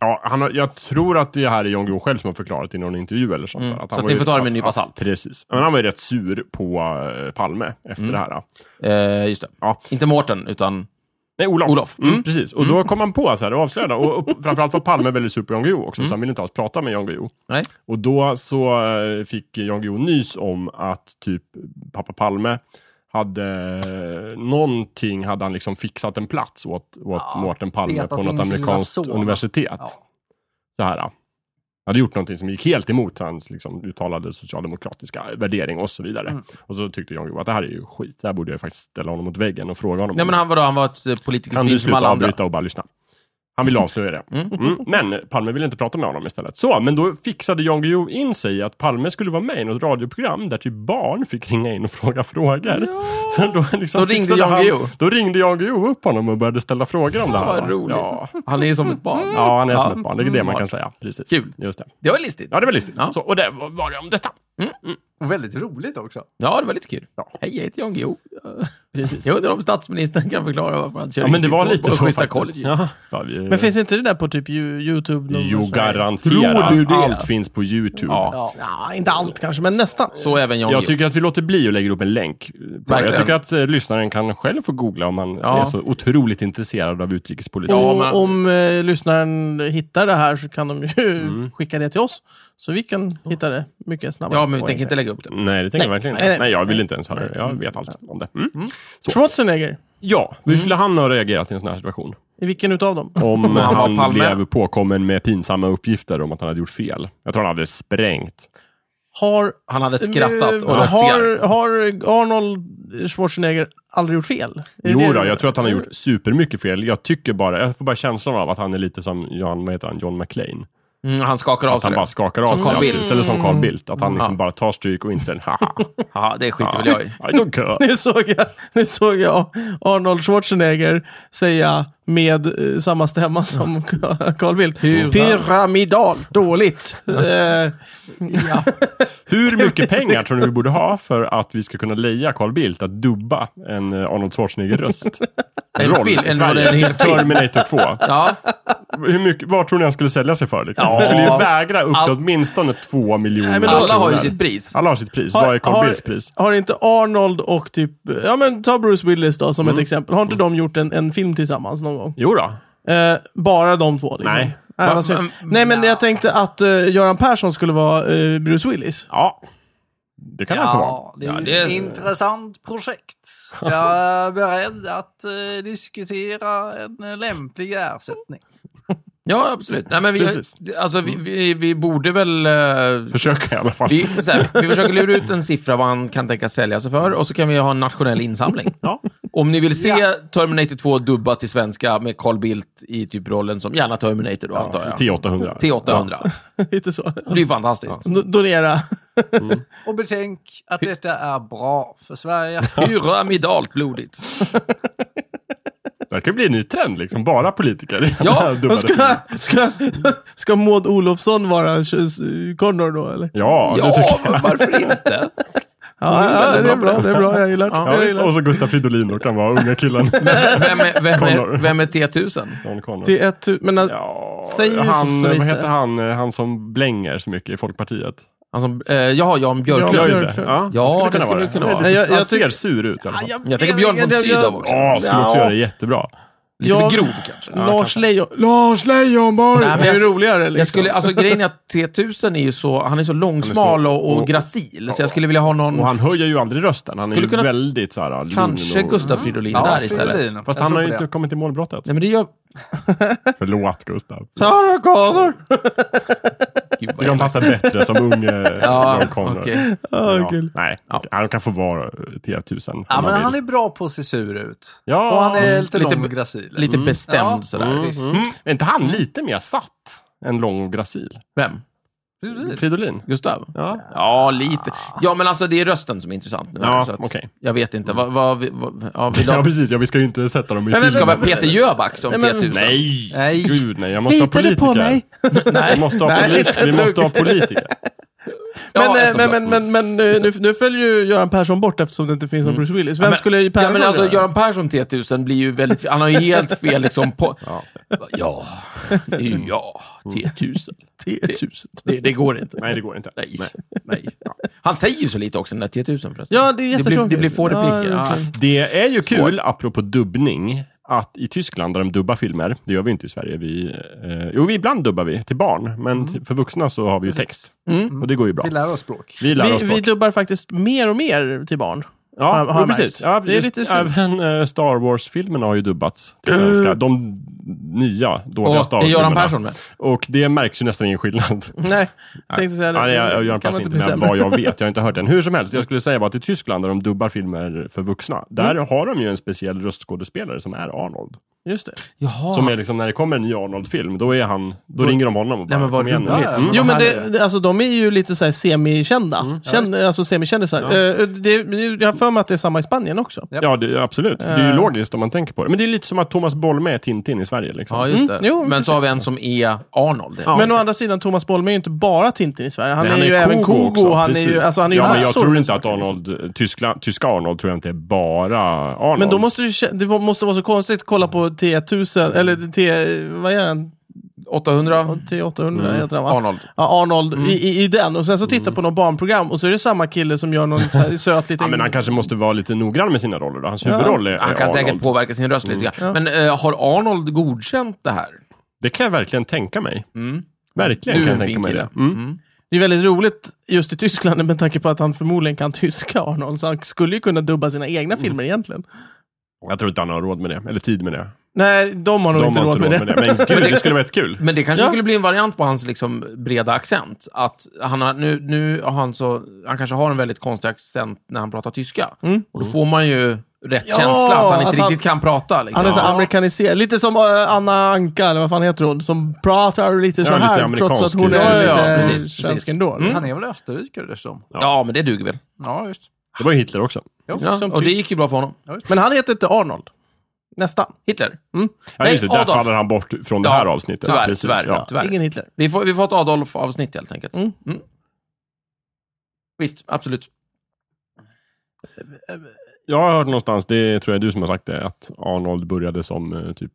S3: Ja, han har, jag tror att det här är Jan Guillou själv som har förklarat i någon intervju eller sånt.
S2: Mm,
S3: där.
S2: så
S3: han
S2: att
S3: var
S2: ni
S3: ju-
S2: får ta det med en nypa
S3: ja,
S2: salt.
S3: Precis. Men han var ju rätt sur på eh, Palme efter det här.
S2: Eh, just det.
S3: Ja.
S2: Inte Mårten, utan...
S3: Nej, Olof.
S2: Olof.
S3: Mm.
S2: Mm.
S3: Precis. Och då kom han på så här och avslöjade. Och, och framförallt var Palme väldigt sur på Jan Guillou också, så han ville inte alls prata med Jan Guillou.
S2: Nej.
S3: Och då så eh, fick Jan Guillou nys om att typ pappa Palme hade eh, någonting, hade han liksom fixat en plats åt, åt
S4: Ja,
S3: Mårten Palme
S4: vet
S3: på
S4: att
S3: något
S4: din lilla
S3: amerikanskt
S4: son.
S3: universitet.
S4: Ja.
S3: Så här. ja. Hade gjort någonting som gick helt emot hans liksom, uttalade socialdemokratiska värdering och så vidare.
S4: Mm.
S3: Och så tyckte Jan Guillou att det här är ju skit. Det här borde jag faktiskt ställa honom mot väggen och fråga honom.
S2: Nej, men han var då, han var ett eh,
S3: Kan du
S2: politikersvin som
S3: sluta
S2: alla andra.
S3: avbryta och bara lyssna? Han ville avslöja det.
S2: Mm.
S3: Mm. Men Palme ville inte prata med honom istället. Så, men då fixade Jan Guillou in sig i att Palme skulle vara med i något radioprogram där typ barn fick ringa in och fråga frågor. Så, då liksom
S2: Så ringde
S3: fixade
S2: Jan
S3: han-
S2: Guillou?
S3: Då ringde Jan Guillou upp honom och började ställa frågor om det här.
S2: vad
S3: va?
S2: roligt.
S3: Ja.
S2: Han är ju som ett barn.
S3: ja, han är som ett barn. Det är det man
S2: smart.
S3: kan säga. Precis.
S2: Kul.
S3: Just det.
S2: Det var listigt.
S3: Ja, det var listigt.
S2: Ja.
S3: Så, och det var- var det om detta.
S4: Och väldigt roligt också.
S2: Ja, det var lite kul.
S3: Ja.
S2: Hej, jag heter Jan Guillou. Jag undrar om statsministern kan förklara varför han kör
S3: Ja,
S2: in
S3: men det
S2: sin
S3: var
S2: son
S3: lite
S2: på
S3: så
S2: schyssta
S3: faktiskt.
S2: colleges.
S3: Ja. Ja, vi,
S2: Mm.
S1: Men finns inte det där på typ Ju- YouTube? någon
S3: Jo,
S1: sån här-
S3: garanterat.
S1: Tror du det?
S3: Allt finns på YouTube.
S2: Ja.
S4: Ja.
S1: Ja, inte allt kanske, men nästan.
S2: Så även Jan
S3: Jag
S2: Guillou.
S3: tycker att vi låter bli att lägga upp en länk. Jag
S2: Verkligen.
S3: tycker att eh, lyssnaren kan själv få googla om man
S2: Ja.
S3: är så otroligt intresserad av utrikespolitik.
S2: Ja,
S1: och
S2: men-
S1: om eh, lyssnaren hittar det här så kan de ju skicka det till oss. Så vi kan hitta det mycket snabbare.
S2: Mm. Ja, men vi
S1: Och
S2: tänker inte lägga bygga upp det.
S3: Nej, det tänker jag verkligen
S1: nej,
S3: inte.
S1: nej.
S3: Nej, jag vill inte ens höra det. Jag vet allt om det. Mm.
S1: Schwarzenegger,
S3: Ja, hur skulle han ha reagerat i en sån här situation?
S1: i vilken utav dem?
S3: Om
S2: han var
S3: han,
S2: Palme.
S3: blev påkommen med pinsamma uppgifter om att han hade gjort fel. Jag tror han hade sprängt.
S1: Har,
S2: Han hade skrattat och
S1: har,
S2: rökt cigarr.
S1: har, Arnold Schwarzenegger aldrig gjort fel? Är det
S3: Jo
S1: det
S3: då,
S1: du-
S3: jag tror att han har gjort supermycket fel. Jag tycker bara, jag får bara känslan av att han är lite som John, vad heter han, John McClane.
S2: Mm, han skakar av
S3: Att
S2: sig
S3: han bara
S2: det.
S3: skakar av
S2: Som
S3: sig
S2: Carl
S3: allting.
S2: Bildt.
S3: Eller som Carl Bildt. Att han liksom
S2: Ja.
S3: bara tar stryk och inte en haha.
S2: Ja, det skiter väl jag i.
S3: I don't care.
S1: Nu såg, jag, nu såg jag Arnold Schwarzenegger säga med eh, samma stämma som Carl Bildt.
S2: Hur-
S1: Pyramidal, dåligt. Eh,
S3: Hur mycket pengar tror ni vi borde ha för att vi ska kunna leja Carl Bildt att dubba en eh, Arnold Schwarzenegger-röst?
S2: En
S3: Roll i
S2: film, en, en,
S3: Sverige.
S2: en hel film.
S3: Terminator 2.
S2: Ja,
S3: Hur mycket, vad tror ni han skulle sälja sig för? Liksom? Han skulle ju väga upp till
S2: All-
S3: åtminstone två miljoner
S1: Nej, men
S2: alla har ju
S3: kronor.
S2: sitt pris.
S3: Alla har sitt pris.
S1: har-
S3: Vad är Carl
S1: har-
S3: Bildts pris?
S1: Har inte Arnold och typ, ja men ta Bruce Willis då som
S3: Mm.
S1: ett exempel. Har inte de gjort en, en film tillsammans någon gång?
S3: Jo då.
S1: Eh, bara de två? Liksom.
S3: Nej.
S1: Nej, vad synd.
S2: Men-
S1: Nej, men jag tänkte att eh, Göran Persson skulle vara eh, Bruce Willis.
S3: Ja. Det kan han få vara.
S4: det är
S2: Ja,
S4: ju
S2: det är-
S4: ett intressant projekt. Jag är beredd att eh, diskutera en eh, lämplig ersättning.
S2: Ja, absolut. Nej, men vi,
S3: Precis.
S2: alltså, vi, vi, vi borde väl... eh,
S3: Försöka i alla fall.
S2: Vi, så här, vi försöker lura ut en siffra vad han kan tänka sälja sig för och så kan vi ha en nationell insamling. Om ni vill se Terminator 2 dubba till svenska med Carl Bildt i typ rollen som gärna Terminator då, antar jag.
S3: T800.
S2: T800.
S1: Lite så.
S2: Det blir fantastiskt.
S1: Do- Donera.
S4: Och betänk att detta är bra för Sverige.
S2: Pyramidalt blodigt.
S3: Det kan bli en ny trend liksom. Bara politiker.
S2: Ja,
S3: Dubbade
S1: Ska,
S3: filmer.
S1: ska, ska Maud Olofsson vara tjus- Connor då eller?
S3: ja, det tycker
S2: Ja, varför inte?
S1: Ja, ja,
S2: väldigt
S1: det är bra.
S2: bra på
S1: Det
S2: det.
S1: är bra. Jag gillar det.
S2: Ja,
S3: jag. Ja,
S1: jag
S3: visst.
S1: gillar
S3: Och
S1: det.
S3: så Gustav Fridolin och kan vara unga killen.
S2: Vem är, vem
S3: Connor.
S2: är, vem är T1000?
S3: John Connor.
S1: Det är ett, tu- men alltså,
S3: Ja,
S1: Säger ju så
S3: han,
S1: lite.
S3: vad heter han, eh, han som blänger så mycket i Folkpartiet?
S2: Han som, eh, ja, Jan
S1: Ja,
S3: Ja,
S2: Björklund.
S3: just det.
S1: Björklund.
S3: Ja,
S2: Ja,
S3: han
S2: det skulle det kunna vara.
S3: Nej,
S1: Nej,
S3: jag,
S1: jag- jag
S3: han ser
S1: tycker-
S3: sur ut i alla fall. Ja,
S2: Jag tänker Björn von Sydow också.
S3: skulle också göra det jättebra.
S2: Lite
S1: Ja.
S2: för grov kanske.
S1: Lars Lejon... Lars Lejonborg!
S2: Nej, men
S1: det är
S2: jag-
S1: ju roligare liksom.
S2: Jag skulle, alltså, grejen är att T1000 är ju så, han är så långsmal och, och gracil, så jag skulle vilja ha
S3: Och
S2: någon,
S3: han höjer ju aldrig rösten. Han är
S2: Mm. Skulle
S3: ju
S2: kunna-
S3: väldigt så här, lugn
S2: kanske
S3: och...
S2: Gustav Fridolin där istället.
S4: Fridolin.
S3: Fast
S4: Jag
S3: han
S4: tror
S3: har
S4: på
S3: ju
S4: det.
S3: inte kommit till målbrottet.
S2: Nej men det gör...
S3: Förlåt Gustav.
S1: Sarah Connor!
S2: Gud, vad
S3: De
S2: elakt.
S3: passar bättre som ung eh,
S2: Ja,
S3: John Connor.
S2: okej.
S1: Ja, kul.
S3: Nej, han kan få vara T1000 om
S4: Ja, men
S3: vill.
S4: han är bra på att se sur ut.
S3: Ja.
S4: Och han är lite,
S2: mm, Lite-
S4: lång och gracil.
S2: Lite bestämd
S4: Ja.
S2: sådär. Visst.
S3: Mm. Är inte han lite mer satt än lång och gracil?
S2: Vem?
S3: Fridolin?
S2: Gustav?
S3: Ja.
S2: Ja, lite. Ja, men alltså det är rösten som är intressant nu. här,
S3: Ja,
S2: så att-
S3: okej.
S2: Jag vet inte. Vad... vad, vad ja, vill
S3: ja,
S2: de...
S3: precis. Ja, vi ska ju inte sätta dem i
S1: Men-
S2: Det ska
S3: film.
S2: vara Peter Jöback som
S1: Nej, men-
S2: T1000.
S3: Nej.
S4: Nej.
S3: Gud, nej. Jag måste
S1: Litar
S3: ha
S1: du
S3: politiker.
S1: på mig?
S3: Vi måste ha,
S1: Nej,
S3: politi- vi måste ha politiker.
S2: Ja,
S1: Men, eh,
S2: alltså,
S1: men,
S2: förlåt.
S1: men, men, men eh, nu, nu följer ju Göran Persson bort eftersom det inte finns någon Bruce Willis. Vem
S2: men-
S1: skulle ju
S2: Ja,
S1: Persson
S2: men alltså
S1: göra?
S2: Göran Persson T1000 blir ju väldigt... Han har ju helt fel liksom... På... Ja. ja, det är ju jag.
S1: Mm.
S2: T1000.
S1: T1000.
S2: Det, det går inte.
S3: Nej, det går inte.
S2: Nej. Nej. Han säger ju så lite också, den där 10 000 förresten.
S1: Ja, det är
S2: det, blir,
S1: jättetråkigt.
S2: det blir få repliker.
S1: Ja,
S2: Ah.
S1: okej.
S3: Det är ju kul, apropå dubbning, att i Tyskland där de dubbar filmer, det gör vi inte i Sverige, vi, eh, jo vi ibland dubbar vi till barn, men
S1: Mm.
S3: till- för vuxna så har vi ju text. Och det går ju bra.
S4: Vi lär oss språk.
S3: Vi lär oss
S1: Vi, vi
S3: språk.
S1: dubbar faktiskt mer och mer till barn. har-
S3: Ja,
S1: har
S3: ja,
S1: märkt.
S3: precis. Ja,
S1: Det är
S3: just,
S1: lite synd. Eh.
S3: även eh, Star Wars-filmerna har ju dubbats till svenska. De nya, dåliga Star
S2: Och är Göran
S3: Wars-filmerna.
S2: Persson med?
S3: Och det märks ju nästan ingen skillnad.
S1: Nej, jag tänkte säga Mm, det.
S3: Ja, jag, jag gör en
S1: Kan man
S3: platt
S1: inte
S3: inte
S1: bli
S3: med
S1: sämre? Mm.
S3: vad jag vet. Jag har inte hört den. Hur som helst, jag skulle säga bara att i Tyskland där de dubbar filmer för vuxna, där
S1: Mm.
S3: har de ju en speciell röstskådespelare som är Arnold.
S1: Just det.
S2: Jaha.
S3: Som är liksom, när det kommer en ny Arnold-film, då är han, då ringer de honom och bara,
S2: Nej, men vad
S3: "Kom igen nu."
S2: roligt.
S3: Mm.
S1: Jo, men
S4: härligt.
S1: det, det, alltså, de är ju lite så här semikända. Känd, alltså semikändisar. Eh, det, det- jag har för mig att det är samma i Spanien också.
S3: Ja, det, är- absolut. Det
S1: Eh.
S3: är ju logiskt om man tänker på det. Men det är lite som att Thomas Bolme är Tintin i Sverige. Liksom.
S2: Ja, just det.
S1: Mm, jo,
S2: men
S1: precis.
S2: så har vi en som är Arnold.
S1: Men å andra sidan, Thomas Bolme är ju inte bara Tintin i Sverige. Han,
S3: Nej,
S1: är, ju även
S3: Kogo
S1: Kogo.
S3: också,
S1: Han är
S3: precis.
S1: ju, alltså, han är ju
S3: ja, men jag
S1: massor.
S3: tror inte att Arnold, tyska, tyska Arnold tror jag inte är bara Arnold.
S1: Men då måste ju kä- det var- måste vara så konstigt att kolla på T1000, eller T... Vad är den?
S2: 800?
S1: T800
S3: Mm.
S1: heter den va?
S2: Arnold.
S1: Ja, Arnold i, i, i den. Och sen så titta på någon barnprogram och så är det samma kille som gör någon så här söt
S3: ja,
S1: liten...
S3: men han kanske måste vara lite noggrann med sina roller då. Hans huvudroll är är
S2: Han kan
S3: Arnold.
S2: säkert påverka sin röst lite grann.
S1: Mm.
S2: Men eh, har Arnold godkänt det här?
S3: Det kan jag verkligen tänka mig.
S2: Mm.
S3: Verkligen
S2: Du
S3: kan
S2: är
S3: jag
S2: en
S3: tänka
S2: fin
S3: mig
S2: kille.
S3: det. Mm.
S2: Mm.
S1: Det är väldigt roligt just i Tyskland med tanke på att han förmodligen kan tyska, Arnold. Så han skulle ju kunna dubba sina egna filmer egentligen.
S3: Jag tror inte han har råd med det, eller tid med det.
S1: Nej, de har nog inte råd med det.
S3: Men
S2: Men det-
S3: gud, det skulle varit kul.
S2: Men det kanske
S1: Ja.
S2: skulle bli en variant på hans liksom, breda accent. Att han har, nu, nu har han så, han kanske har en väldigt konstig accent när han pratar tyska.
S1: Mm.
S2: Och då får man ju rätt
S1: Ja,
S2: känsla att han
S1: att
S2: inte
S1: han-
S2: riktigt kan prata. Liksom.
S1: Han är så
S2: Ja.
S1: amerikaniserad. Lite som eh, Anna Anka, eller vad fan heter hon, som pratar lite så
S3: lite
S1: här, trots
S3: amerikansk
S1: att hon är
S2: Ja,
S3: grej.
S2: ja, ja,
S1: lite
S2: precis, precis.
S1: svensk ändå. eller?
S2: Mm.
S4: Han är väl österrikare dessutom?
S2: ja, men det duger väl.
S4: Ja, just.
S3: Det var ju Hitler också.
S4: Jo.
S2: Ja,
S1: som
S2: och det
S1: tysk.
S2: gick ju bra för honom.
S1: Men han heter inte Arnold. Nästan.
S2: Hitler.
S3: Ja,
S2: Nej,
S3: just det, där
S2: Adolf.
S3: faller han bort från det
S2: Ja,
S3: här avsnittet.
S2: Tyvärr,
S3: Precis,
S2: tyvärr,
S3: ja.
S2: tyvärr.
S1: Ingen Hitler.
S2: Vi får, vi får ett Adolf-avsnitt helt enkelt.
S1: Mm.
S2: Mm. Visst, absolut.
S3: Jag har hört någonstans, det tror jag är du som har sagt det, att Arnold började som eh, typ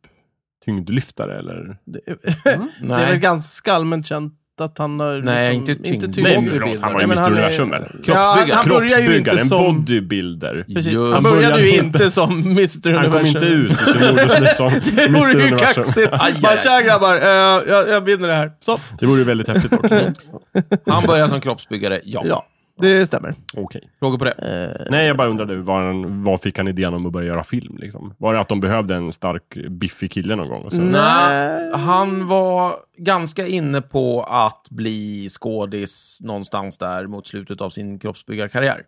S3: tyngdlyftare eller...
S1: Det, det är väl
S2: Nej.
S1: ganska allmänt känt att han har... liksom
S2: Nej, inte tyngd-
S1: tyngd-
S3: Nej, men förlåt, han var ju
S1: Nej, men
S3: Mr.
S1: är-
S3: Universum, eller?
S1: Ja, han,
S2: Kroppsbyggare.
S1: han börjar ju inte
S3: en
S1: som...
S3: bodybuilder.
S1: Precis.
S2: Just.
S1: Han började ju
S3: Började
S1: inte som Mr. Universum.
S3: Han kom inte ut i sin modersmål som
S1: Det vore
S3: Mr
S1: ju
S3: Universum.
S1: kaxigt.
S2: aj, aj.
S1: Bara tja grabbar, eh, jag, jag vinner det här. Så.
S3: Det vore ju väldigt häftigt dock.
S2: Mm.
S3: Okej.
S2: Han börjar som kroppsbyggare, ja.
S1: Ja, det stämmer.
S2: Frågor på det?
S1: Eh,
S3: Nej, jag bara undrade, var, han, var fick han idén om att börja göra film? Liksom? Var det att de behövde en stark, biffig kille någon gång? Och så,
S2: Mm. Nej, Eh, han var ganska inne på att bli skådis någonstans där mot slutet av sin kroppsbyggarkarriär.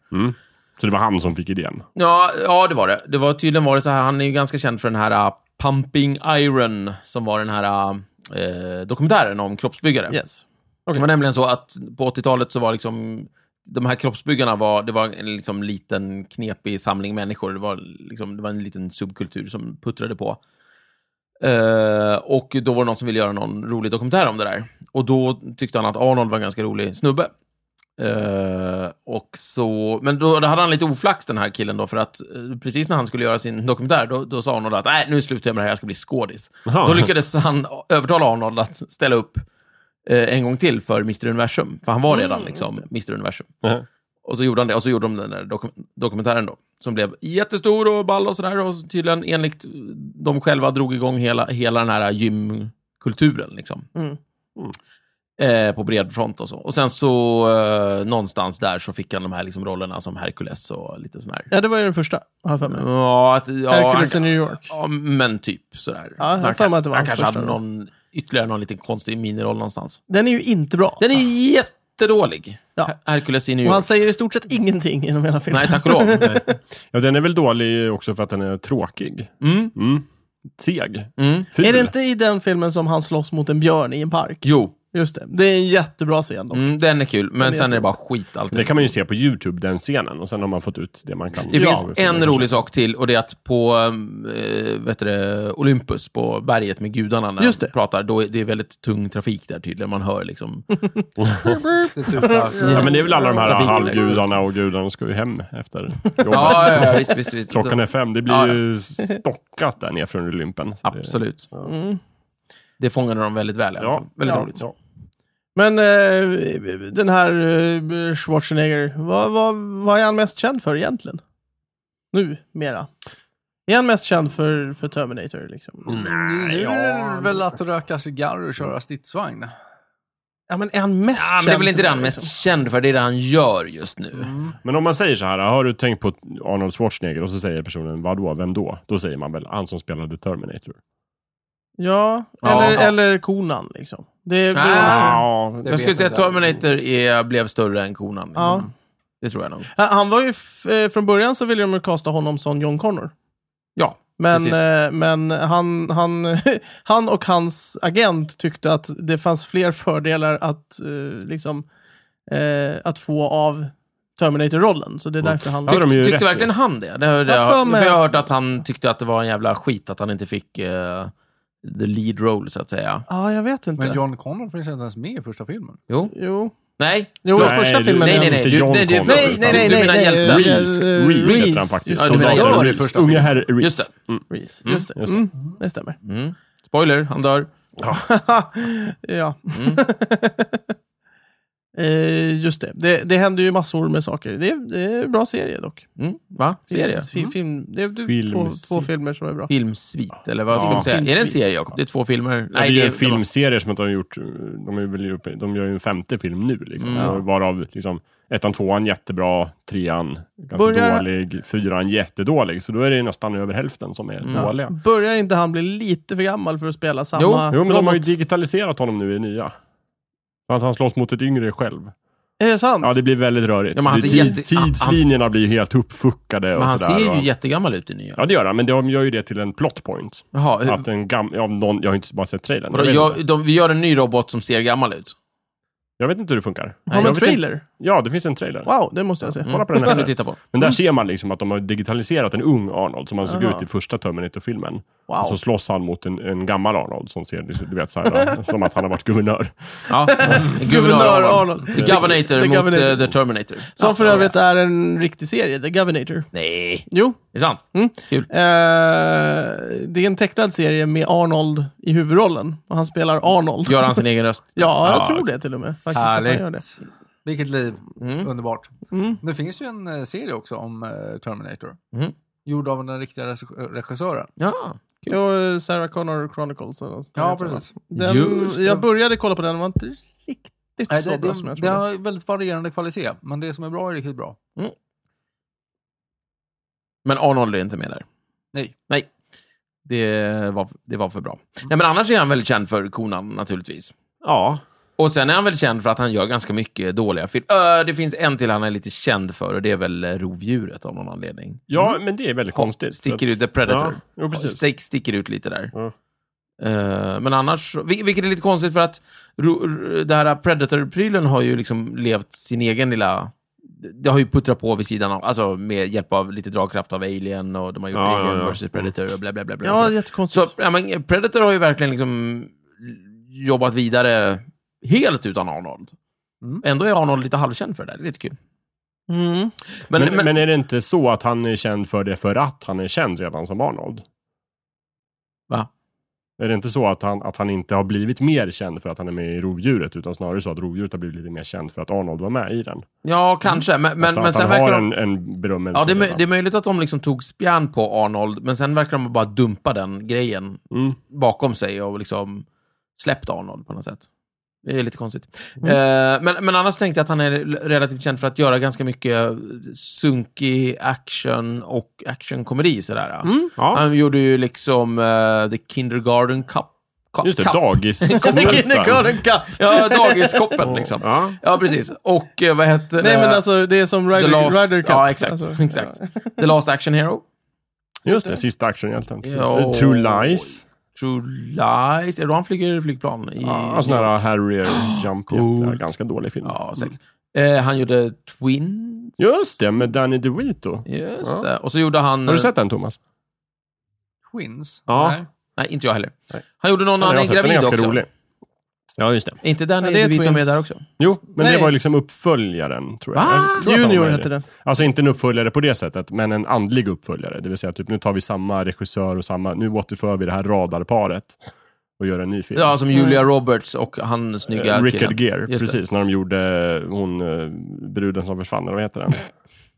S3: så det var han som fick idén?
S2: Ja, ja, det var det. det var, tydligen var det så här, han är ju ganska känd för den här ah, Pumping Iron, som var den här ah, eh, dokumentären om kroppsbyggare.
S1: yes.
S2: Det var nämligen så att på 80-talet så var liksom de här kroppsbyggarna var, det var en liksom liten knepig samling människor. Det var, liksom, det var en liten subkultur som puttrade på. Eh, och då var det någon som ville göra någon rolig dokumentär om det där. Och då tyckte han att Arnold var en ganska rolig snubbe. Eh, och så, men då, då hade han lite oflax den här killen då, för att eh, precis när han skulle göra sin dokumentär, då, då sa Arnold att nej, nu slutar jag med det här, jag ska bli skådis.
S3: Jaha.
S2: Då lyckades han övertala Arnold att ställa upp eh, en gång till för Mr Universum, för han
S1: Mm,
S2: var redan liksom Mr Universum.
S3: Mhm.
S2: Och så gjorde han det, och så gjorde de den där dokum dokumentären då, som blev jättestor och ball och sådär, och tydligen enligt eh, de själva drog igång hela, hela den här gymkulturen liksom.
S1: Mm.
S2: Eh, på bred front och så. Och sen så eh, någonstans där så fick han de här liksom, rollerna som Hercules och lite sån här.
S1: Ja, det var ju den första, har jag för mig.
S2: Ja, att, ja,
S1: Hercules i
S2: han,
S1: New York.
S2: ja, men typ sådär.
S1: jag har
S2: han
S1: för mig att det var
S2: han
S1: hans
S2: kanske
S1: första
S2: hade
S1: roll.
S2: någon, ytterligare någon liten konstig miniroll någonstans.
S1: Den är ju inte bra.
S2: Den är jättedålig.
S1: Ja.
S2: Her- Hercules i New
S1: Och han
S2: York.
S1: säger i stort sett ingenting genom hela filmen.
S2: Nej, tack och lov.
S3: Ja, den är väl dålig också för att den är tråkig.
S2: Mm,
S3: Mm. Seg.
S2: mm.
S3: Ful.
S1: Är det inte i den filmen som han slåss mot en björn i en park?
S2: Jo,
S1: Just det. Det är en jättebra scen dock.
S2: mm, den är kul, men
S1: Den är
S2: sen är det
S1: kul.
S2: bara skit allting.
S3: Det kan man ju se på YouTube, den scenen. Och sen har man fått ut det man kan.
S2: Det
S3: Ja,
S2: finns en rolig sak till och det är att på eh, vet du, det, Olympus, på berget med gudarna, när
S1: Just
S2: de
S1: det.
S2: pratar, då är det är väldigt tung trafik där tydligen. Man hör liksom...
S4: Det tutar.
S3: Ja, men det är väl alla de här
S2: Trafiken.
S3: halvgudarna och gudarna ska ju hem efter jobbet.
S2: Ja, ja, ja visst, visst. visst.
S3: Klockan är fem. Det blir
S2: Ja, ja.
S3: ju stockat där nere från Olympen. Så det-
S2: Absolut.
S1: Mm.
S2: Det fångade de väldigt väl. i alla
S3: Ja.
S2: fall. Väldigt
S1: Ja.
S2: roligt.
S3: Ja.
S1: Men eh, den här eh, Schwarzenegger, vad, vad, vad är han mest känd för egentligen? Nu, mera. Är han mest känd för, för Terminator? Liksom?
S2: Mm.
S4: Nu är det väl att röka cigarr och köra stridsvagn.
S1: Ja, men är han mest
S2: Ja, men
S1: känd
S2: det är väl inte det han
S1: för
S2: mest
S1: liksom? Mm.
S2: känd för, det är det han gör just nu.
S3: Men om man säger så här, har du tänkt på Arnold Schwarzenegger och så säger personen, vadå, vem då? Då säger man väl, han som spelade Terminator.
S1: Ja,
S2: Ja.
S1: eller,
S2: Ja.
S1: eller konan liksom. Det beror
S2: Ah.
S3: Ja,
S2: Jag skulle
S4: vet
S2: säga att
S4: inte.
S2: Terminator är, blev större än konan. Liksom.
S1: Ja.
S2: Det tror jag nog.
S1: Han- Han var ju, f- eh, från början så ville de ju kasta honom som John Connor.
S2: Ja,
S1: Men,
S2: Precis.
S1: eh, men han, han, han och hans agent tyckte att det fanns fler fördelar att, eh, liksom, eh, att få av Terminator-rollen. Så det är
S2: Mm.
S1: därför han...
S3: Ja, de är ju rätt
S2: Tyckte
S3: i.
S2: verkligen han det? det, har- det
S1: Ja,
S2: har-
S1: för mig.
S2: för jag har hört att han tyckte att det var en jävla skit att han inte fick eh, the lead role, så att säga.
S1: Ja, jag vet inte.
S4: Men John Connor finns inte ens med i första filmen.
S2: Jo?
S1: Jo.
S2: Nej?
S1: Jo,
S3: Nej,
S1: första
S3: du-
S1: filmen...
S2: nej,
S1: är-
S2: nej, nej.
S3: inte
S2: Du,
S3: John
S2: nej, du,
S3: Connor,
S1: Nej, nej, nej,
S2: du
S1: nej,
S2: menar
S1: nej,
S2: hjälten.
S1: nej, nej.
S3: Reese,
S1: Eh,
S3: Reese
S1: Reese.
S3: heter han faktiskt.
S2: Ja, du menar
S3: Soldaten
S2: jag.
S3: Reese.
S4: Första
S3: Unge
S4: filmen.
S3: herr Reese.
S2: Just det.
S3: Mm.
S1: Reese, Just det.
S3: just det.
S1: Mm, det stämmer.
S2: Mm. Spoiler, han dör.
S1: ja. Eh, just det. det. Det händer ju massor med saker. Det är, det är en bra serie dock.
S2: Mm, va? Serie? Mm.
S1: Film, film, det är
S3: Film-
S1: två, två filmer som är bra.
S2: Filmsvit, eller vad ska
S3: Ja.
S2: man säga? Är det en
S1: Filmsvit.
S2: serie, Jakob? Det är två filmer?
S3: Nej, det är ju
S2: det
S3: en filmserie som att de har gjort, de, är väl uppe, de gör ju en femte film nu. Liksom.
S2: Mm.
S3: Och Varav liksom, ettan, tvåan jättebra, trean ganska
S1: Börjar-
S3: dålig, fyran jättedålig. Så då är det ju nästan över hälften som är
S1: Mm.
S3: dåliga.
S1: Börjar inte han bli lite för gammal för att spela samma
S2: Jo.
S3: Jo, men de har ju
S1: robot?
S3: digitaliserat honom nu i nya. Så Att han slåss mot ett yngre själv.
S1: Är det sant?
S3: Ja, det blir väldigt rörigt.
S2: Ja, men han
S3: Det-
S2: ser
S3: tid,
S2: jätte- ah, han- han-
S3: tidslinjerna blir ju helt uppfuckade och
S2: Men han
S3: sådär.
S2: ser ju
S3: och...
S2: jättegammal ut i nya.
S3: Ja, det gör han, men de gör ju det till en plot point.
S2: Jaha, Eh, hur,
S3: Att en gam... av någon... Jag har ju inte bara sett trailern.
S2: vadå,
S3: vet
S2: jag,
S3: inte.
S2: de, vi gör en ny robot som ser gammal ut.
S3: jag vet inte hur det funkar.
S1: har de
S3: jag
S1: en
S3: vet inte-
S1: trailer?
S3: Ja, det finns en trailer.
S1: Wow, det måste jag se.
S3: Kolla på den
S2: kan du
S3: här.
S2: titta på.
S3: Men där ser man liksom att de har digitaliserat en ung Arnold som han såg
S1: Aha.
S3: ut i första Terminator-filmen.
S1: Wow.
S3: Och så slåss han mot en, en gammal Arnold som ser, du vet, så här, som att han har varit guvernör.
S2: Ja.
S1: Guvernör Arnold.
S2: Governator
S1: The
S2: mot
S1: Governator.
S2: eh, The Terminator.
S1: Som
S2: Ja,
S1: för
S2: ja,
S1: övrigt
S2: ja.
S1: är en riktig serie, The Governator.
S2: Nej,
S1: Jo,
S2: det är sant.
S1: Eh, det är en tecknad serie med Arnold i huvudrollen. Och han spelar Arnold.
S2: Gör han sin egen röst?
S1: Ja, jag
S2: Ja,
S1: tror det till och med. Faktiskt, att han gör det.
S4: Härligt. Vilket liv.
S2: Mm.
S4: Underbart.
S1: Mm.
S4: Det finns ju en eh, serie också om eh, Terminator.
S2: Mm.
S4: Gjord av den riktiga regi- regissören.
S2: Ja.
S1: Jo, eh, Sarah Connor Chronicles. eller något
S4: Ja,
S1: sånt där.
S4: precis.
S1: Den,
S2: Just det.
S1: jag började kolla på den, den var inte riktigt
S4: Nej,
S1: så
S4: det,
S1: bra som
S4: det,
S1: jag
S4: det
S1: trodde.
S4: har väldigt varierande kvalitet, men det som är bra är riktigt bra.
S2: Men Arnold är inte med där.
S4: Nej.
S2: Nej. Det var, det var för bra. Nej, men annars är han väl känd för Konan, naturligtvis.
S3: Ja.
S2: Och sen är han väl känd för att han gör ganska mycket dåliga filmer. det finns en till han är lite känd för och det är väl eh, Rovdjuret av någon anledning.
S3: ja, men det är väldigt
S2: Hopp
S3: konstigt.
S2: Sticker
S3: Så
S2: ut, The Predator.
S3: Ja, jo, precis.
S2: Stick, sticker ut lite där.
S3: Ja.
S2: Eh, men annars, så- vil- vilket är lite konstigt för att ro, r- det här Predator-prylen har ju liksom levt sin egen lilla... Det har ju puttrat på vid sidan av, alltså med hjälp av lite dragkraft av Alien och de har gjort
S3: Ja,
S2: Alien
S3: ja, ja.
S2: vs Predator och bla bla bla. bla
S1: Ja,
S2: så
S1: jättekonstigt.
S2: ja, men Predator har ju verkligen liksom jobbat vidare helt utan Arnold.
S4: Mm.
S2: Ändå är Arnold lite halvkänd för det där, det är lite kul.
S1: Mm.
S2: Men,
S3: men,
S2: men,
S3: men är det inte så att han är känd för det för att han är känd redan som Arnold?
S2: Va?
S3: Är det inte så att han, att han inte har blivit mer känd för att han är med i Rovdjuret, utan snarare så att Rovdjuret har blivit lite mer känd för att Arnold var med i den?
S2: ja, kanske. Men, men,
S3: att,
S2: men
S3: att
S2: sen
S3: han har
S2: verkar de...
S3: en, en berömmelse.
S2: Ja, det är, mö-
S3: redan.
S2: det är möjligt att de liksom tog spjärn på Arnold, men sen verkar de bara dumpa den grejen
S3: Mm.
S2: bakom sig och liksom släppt Arnold på något sätt. Det är lite konstigt.
S3: Mm.
S2: Eh, men, men annars tänkte jag att han är l- relativt känd för att göra ganska mycket sunkig action och actionkomedi. Sådär.
S1: Mm.
S3: Ja,
S2: Han gjorde ju liksom eh, The Kindergarten Cup. Cup-
S3: just det.
S2: Cup.
S3: Dagis.
S1: Kindergarten Cup!
S2: Ja, dagiskoppen liksom.
S3: Ja.
S2: Ja, precis. Och eh, vad hette
S1: Nej,
S2: det?
S1: men alltså det är som
S2: The
S1: Ryder,
S2: Last,
S1: Ryder Cup.
S2: ja, exakt,
S1: Alltså,
S2: exakt. The Last Action Hero.
S3: Just det, sista actionhjälten. Precis.
S2: Ja.
S3: True Lies.
S2: True Lies. Är det då han flyger flygplan? I,
S3: Ja, sån här Harrier Jump jätte,
S2: coolt.
S3: Ganska dålig film.
S2: Ja, säkert. Eh, han gjorde Twins.
S3: Mm. Just det, med Danny DeVito.
S2: Just
S3: Ja.
S2: det. Och så gjorde han... eh,
S3: Har du sett den, Thomas?
S4: Twins?
S3: Ja.
S4: Nej.
S2: Nej, inte jag heller.
S3: Nej.
S2: Han gjorde någon
S3: Ja,
S2: annan
S3: jag har sett den, den
S2: gravid
S3: är
S2: också.
S3: ganska rolig. Ja, just det.
S2: Är inte Danny
S1: Ja, det är
S2: DeVito
S1: Twins.
S2: med där också?
S3: Jo, men
S1: Nej.
S3: det var ju liksom uppföljaren, tror jag.
S2: Va?
S3: jag tror att han
S1: Junior
S3: var-
S1: hette den.
S2: Mm.
S3: Alltså inte en uppföljare på det sättet, men en andlig uppföljare. Det vill säga, typ, nu tar vi samma regissör och samma... Nu återför vi det här radarparet och gör en ny film.
S2: Ja, som Julia Roberts och han snygga
S3: Eh, Rickard
S2: killen.
S3: Gere,
S2: Just det.
S3: precis. När de gjorde hon, eh, bruden som försvann, eller vad heter den?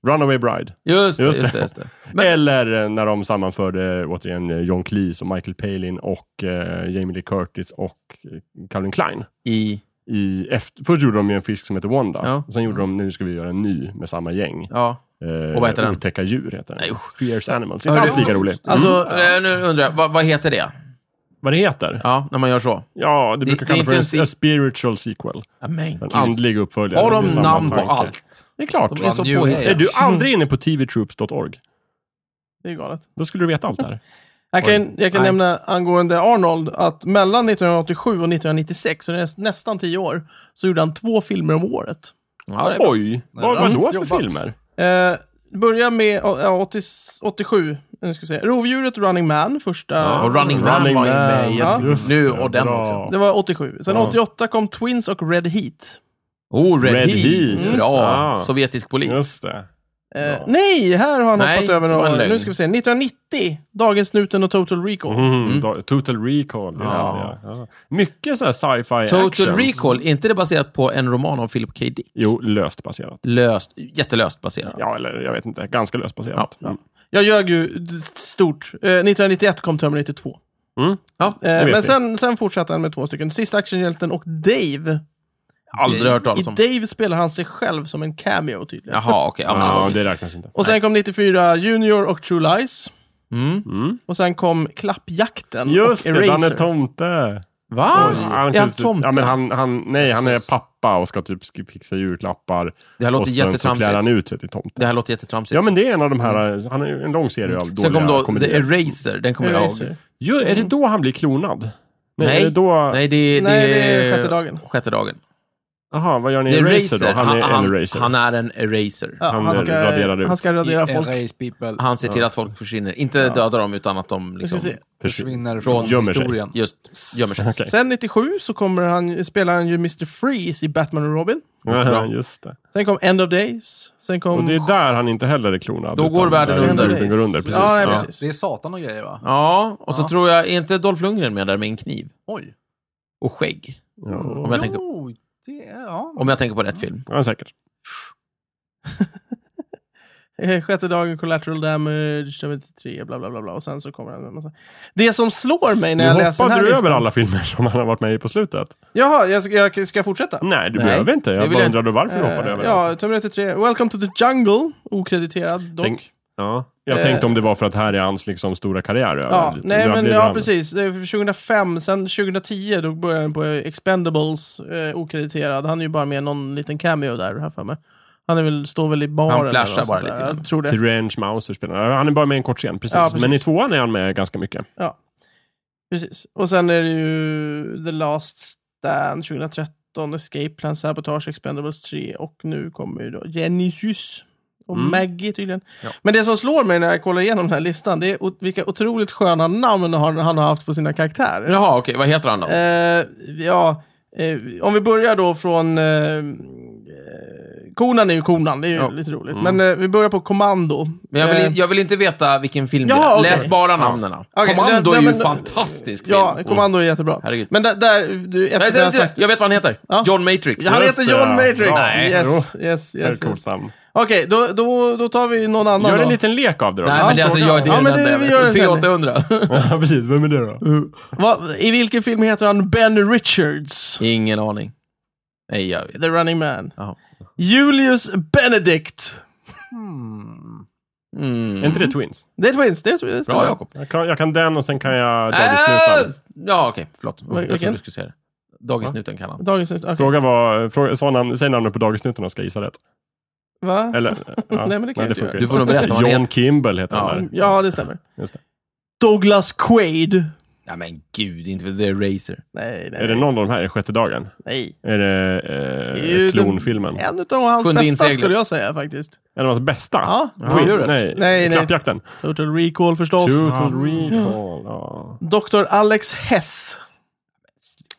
S3: Runaway Bride.
S2: Just det,
S3: Just
S2: just det.
S3: det.
S2: Just det. Men-
S3: Eller eh, när de sammanförde återigen eh, John Cleese och Michael Palin och eh, Jamie Lee Curtis och eh, Calvin Klein.
S2: I...
S3: I efter, först gjorde de ju en fisk som heter Wanda.
S2: Ja.
S3: Och sen gjorde de, nu ska vi göra en ny med samma gäng.
S2: Ja.
S3: Eh,
S2: Och vad heter den?
S3: Otäcka djur heter den.
S2: Nej,
S3: Fierce Animals.
S2: Hörru,
S3: Inte alls lika
S2: ja,
S3: rolig. Mm.
S1: Alltså,
S2: Eh, Nu undrar jag, vad, vad heter det?
S3: Vad det heter?
S2: Ja, när man gör så.
S3: Ja, det
S2: det
S3: brukar
S2: är
S3: kallas
S2: inte
S3: för
S2: en
S3: en,
S2: se-
S3: a spiritual sequel.
S2: Ja, men
S3: En
S2: gud.
S3: andlig uppföljare.
S2: Har
S3: Det är
S2: de
S3: samma
S2: namn på
S3: tanke.
S2: allt?
S3: Det är klart.
S2: De är så
S4: New
S3: Är
S2: påhittiga.
S4: Age.
S3: du aldrig inne på tvtroops.org?
S1: Det är galet.
S3: Då skulle du veta allt det här.
S1: Jag kan, jag kan
S2: Nej.
S1: nämna angående Arnold att mellan 1987 och 1996, så det är nästan tio år, så gjorde han två filmer om året.
S2: Ja, det är bra.
S3: Oj! Vad
S4: bra
S3: vad då för
S4: jobbat.
S3: filmer?
S1: Eh, börja med ja, 80, 87, nu ska vi se. Rovdjuret och Running Man, första.
S3: Ja,
S2: Och Running Man
S3: Running
S2: var ju
S3: Man,
S2: med
S1: ja.
S2: jättemycket. nu
S3: det,
S2: och den
S3: bra.
S2: också.
S1: Det var 87. Sen
S3: Ja.
S1: 88 kom Twins och Red Heat.
S2: Oh, Red,
S3: Red
S2: Heat.
S3: Heat.
S2: Bra.
S3: Ja.
S2: Sovjetisk polis.
S3: Just det.
S1: Eh, Nej, här har han
S2: Nej,
S1: hoppat över
S2: det var
S1: några
S2: en
S1: år.
S2: lögn.
S1: Nu ska vi se. 1990, Dagens Snuten och Total Recall.
S3: Mm,
S2: Mm.
S3: da- Total Recall. Just
S2: Ja.
S3: det, ja. Mycket så här sci-fi
S2: Total
S3: actions.
S2: Recall, är inte det baserat på en roman av Philip K. Dick?
S3: Jo, löst baserat.
S2: Löst, jättelöst baserat.
S3: Ja, eller jag vet inte. Ganska löst baserat.
S2: Ja.
S3: Mm.
S1: Jag ljög ju d- stort. Eh, 1991 kom Terminator 2.
S2: Mm. Ja.
S1: Eh,
S3: vet vi.
S1: men sen, sen fortsatte han med två stycken. Sista actionhjälten och Dave.
S2: Aldrig hört talas om.
S1: I Dave spelar han sig själv som en cameo tydligen.
S2: Jaha, okej. ja,
S3: Ja,
S2: men-
S3: det räknas inte.
S1: Och sen kom 94 Junior och True Lies.
S2: Mm.
S3: Mm.
S1: Och sen kom Klappjakten
S3: Just
S1: och
S3: det,
S1: Eraser.
S3: han är tomte.
S2: Va?
S3: han
S2: är han
S3: typ, ja, men
S2: tomten?
S3: han, han, nej, han
S2: Jesus.
S3: är pappa och ska typ sk- fixa julklappar.
S2: Det här
S3: och
S2: låter
S3: sen så klär
S2: jättetramsigt.
S3: han ut sig till tomte.
S2: Det här låter jättetramsigt.
S3: Ja, men det är en av de här, han är ju en lång serie av
S2: Mm. Sen kom
S3: dåliga
S2: då The
S3: komedier.
S2: Eraser, den kommer jag
S1: Eraser.
S2: ihåg.
S3: Jo, är det då han blir klonad? Nej,
S2: Nej.
S3: Är det då...
S2: Nej, det,
S1: Nej, det är sjätte dagen.
S2: Sjätte dagen.
S3: Aha, vad gör ni
S2: The
S3: i Eraser då? Han är en
S2: han,
S3: Eraser.
S2: han är en eraser.
S1: Ja,
S3: Han
S1: han, ska,
S3: raderar ut.
S1: han ska radera folk.
S4: Erase people
S2: Han ser till att folk försvinner. Inte dödar dem, utan att de
S1: Nu ska
S2: liksom
S1: vi se.
S4: försvinner från
S3: gömmer sig.
S4: historien.
S2: just gömmer sig.
S3: Okej.
S1: Sen 97 så kommer han, spelar han ju Mr. Freeze i Batman och Robin.
S3: Ja, just det.
S1: Sen kom End of Days. Sen kom...
S3: Och det är där han inte heller är klonad.
S2: Då
S3: utan
S2: går världen
S3: där
S2: under.
S3: jorden Går under precis.
S1: Ja, nej,
S3: Ja.
S1: precis.
S4: Det är Satan och grejer va?
S2: Ja, och så
S4: Ja.
S2: tror jag, är inte Dolph Lundgren med där med en kniv?
S4: Oj.
S2: Och skägg.
S3: Ja.
S2: Om jag, tänker,
S4: Jo, det är... Ja.
S2: om jag tänker på rätt film.
S3: Ja, säkert.
S1: Eh, Sjätte dagen, collateral damage, 93, bla bla bla. bla. Och sen så kommer han med en massa... Det som slår mig när
S3: Nu
S1: jag läser den
S3: hoppade
S1: här
S3: du över
S1: listan...
S3: alla filmer som han har varit med i på slutet.
S1: Jaha, jag ska, jag ska fortsätta?
S3: Nej, du
S2: Nej,
S3: behöver inte.
S2: det
S3: Jag
S2: vill
S3: bara
S2: jag-
S3: undrade varför du hoppade
S1: Eh,
S3: över.
S1: Ja, Terminator 3. Welcome to the jungle. Okrediterad dock.
S3: Tänk- Ja. Jag
S1: Eh.
S3: tänkte om det var för att här är hans liksom, stora karriär över.
S1: Ja,
S3: lite.
S1: nej
S3: Nu
S1: men
S3: blir
S1: ja,
S3: han-
S1: precis. Det är från 2005, sen 2010 då började han på eh, Expendables, eh, okrediterad. Han är ju bara med i någon liten cameo där, här för mig. Han är väl, står väl i baren. eller
S2: flashar
S1: något
S2: bara
S1: sånt där.
S2: lite grann.
S1: Jag tror det.
S3: Terrence Mouser spelar Han är bara med i en kort scen, precis.
S1: Ja, precis.
S3: Men i tvåan är han med ganska mycket.
S1: Precis. Och sen är det ju The Last Stand 2013, Escape Plan, Sabotage, Expendables 3 och nu kommer ju då Genesis och
S3: Mm.
S1: Maggie tydligen.
S2: Ja.
S1: Men det som slår mig när jag kollar igenom den här listan, det är o- vilka otroligt sköna namn han, han har haft på sina karaktärer.
S2: Jaha, okej. Vad heter han då?
S1: Eh, ja, eh, om vi börjar då från... Eh, eh, Konan är ju Konan, det är ju
S2: Ja. Mm.
S1: lite roligt. Men eh, vi börjar på Kommando.
S2: Men jag vill,
S1: Eh,
S2: in- jag vill inte veta vilken film det
S1: Jaha,
S2: är.
S1: okej.
S2: Läs bara namnen.
S1: Okej,
S2: Kommando
S1: nej,
S2: är ju
S1: nej,
S2: en
S1: men-
S2: fantastisk film.
S1: ja, Kommando är jättebra.
S2: Herregud.
S1: Men där, där du, efter
S2: Nej,
S1: det här
S2: jag,
S1: sagt...
S2: jag vet vad han heter.
S1: Ja.
S2: John Matrix.
S1: Han
S3: Just
S1: heter
S3: det,
S1: John
S3: ja.
S1: Matrix!
S3: Bra.
S1: Yes,
S2: Nej,
S1: yes, yes,
S3: Det är ett
S1: yes,
S3: coolt namn.
S1: Okej, då, då, då tar vi någon annan
S3: Gör
S1: då.
S3: en liten lek av det då.
S2: Nej, men det är alltså, jag, det är
S1: Ja,
S2: den
S1: men
S2: enda
S1: det-
S2: jag
S1: vi gör
S2: vet.
S1: det sen.
S2: 3800.
S3: Ja, precis. Vem är det då?
S1: Mm. Vad- I vilken film heter han Ben Richards?
S2: Ingen aning. Nej, jag vet.
S1: The Running Man.
S2: Jaha.
S1: Julius Benedict.
S4: Hmm.
S2: Mm.
S3: Är inte det Twins?
S1: Det är Twins, det är Twins.
S2: Bra, Jakob.
S3: Jag kan, jag kan den och sen kan jag
S2: Äh,
S3: Dagisnuten.
S2: ja, okej. Förlåt.
S1: Vad-
S2: jag
S1: vilken?
S2: trodde du skulle säga det. Dagisnuten kan han.
S1: Dagens nytt, okej.
S3: Fråga vad, fråga, sa namn, säg namnet på Dagisnuten och ska jag gissa rätt.
S1: Va?
S3: Eller? Ja,
S1: Nej, men det kan jag inte
S3: funkar
S1: göra.
S2: Du får nog berätta vad han
S3: John
S2: heter.
S3: Kimble heter
S2: Ja.
S3: han där.
S1: Ja, det stämmer.
S3: Just det.
S1: Douglas Quaid.
S2: Nej, men gud. Inte för The Eraser.
S1: Nej, nej.
S3: Är det
S1: nej.
S3: någon av de här? Är det sjätte dagen?
S1: nej.
S3: Är det
S1: Det är ju
S3: eh,
S1: den-
S3: klonfilmen?
S1: En utav hans
S2: Sjunde
S1: bästa
S2: inseglet.
S1: skulle jag säga faktiskt.
S3: En av hans bästa?
S1: Ja.
S3: Twin,
S2: Ja, gör det.
S3: nej,
S1: Nej, nej.
S3: Klappjakten.
S1: Total Recall förstås.
S3: Total recall. Ja.
S1: Dr. Alex Hess.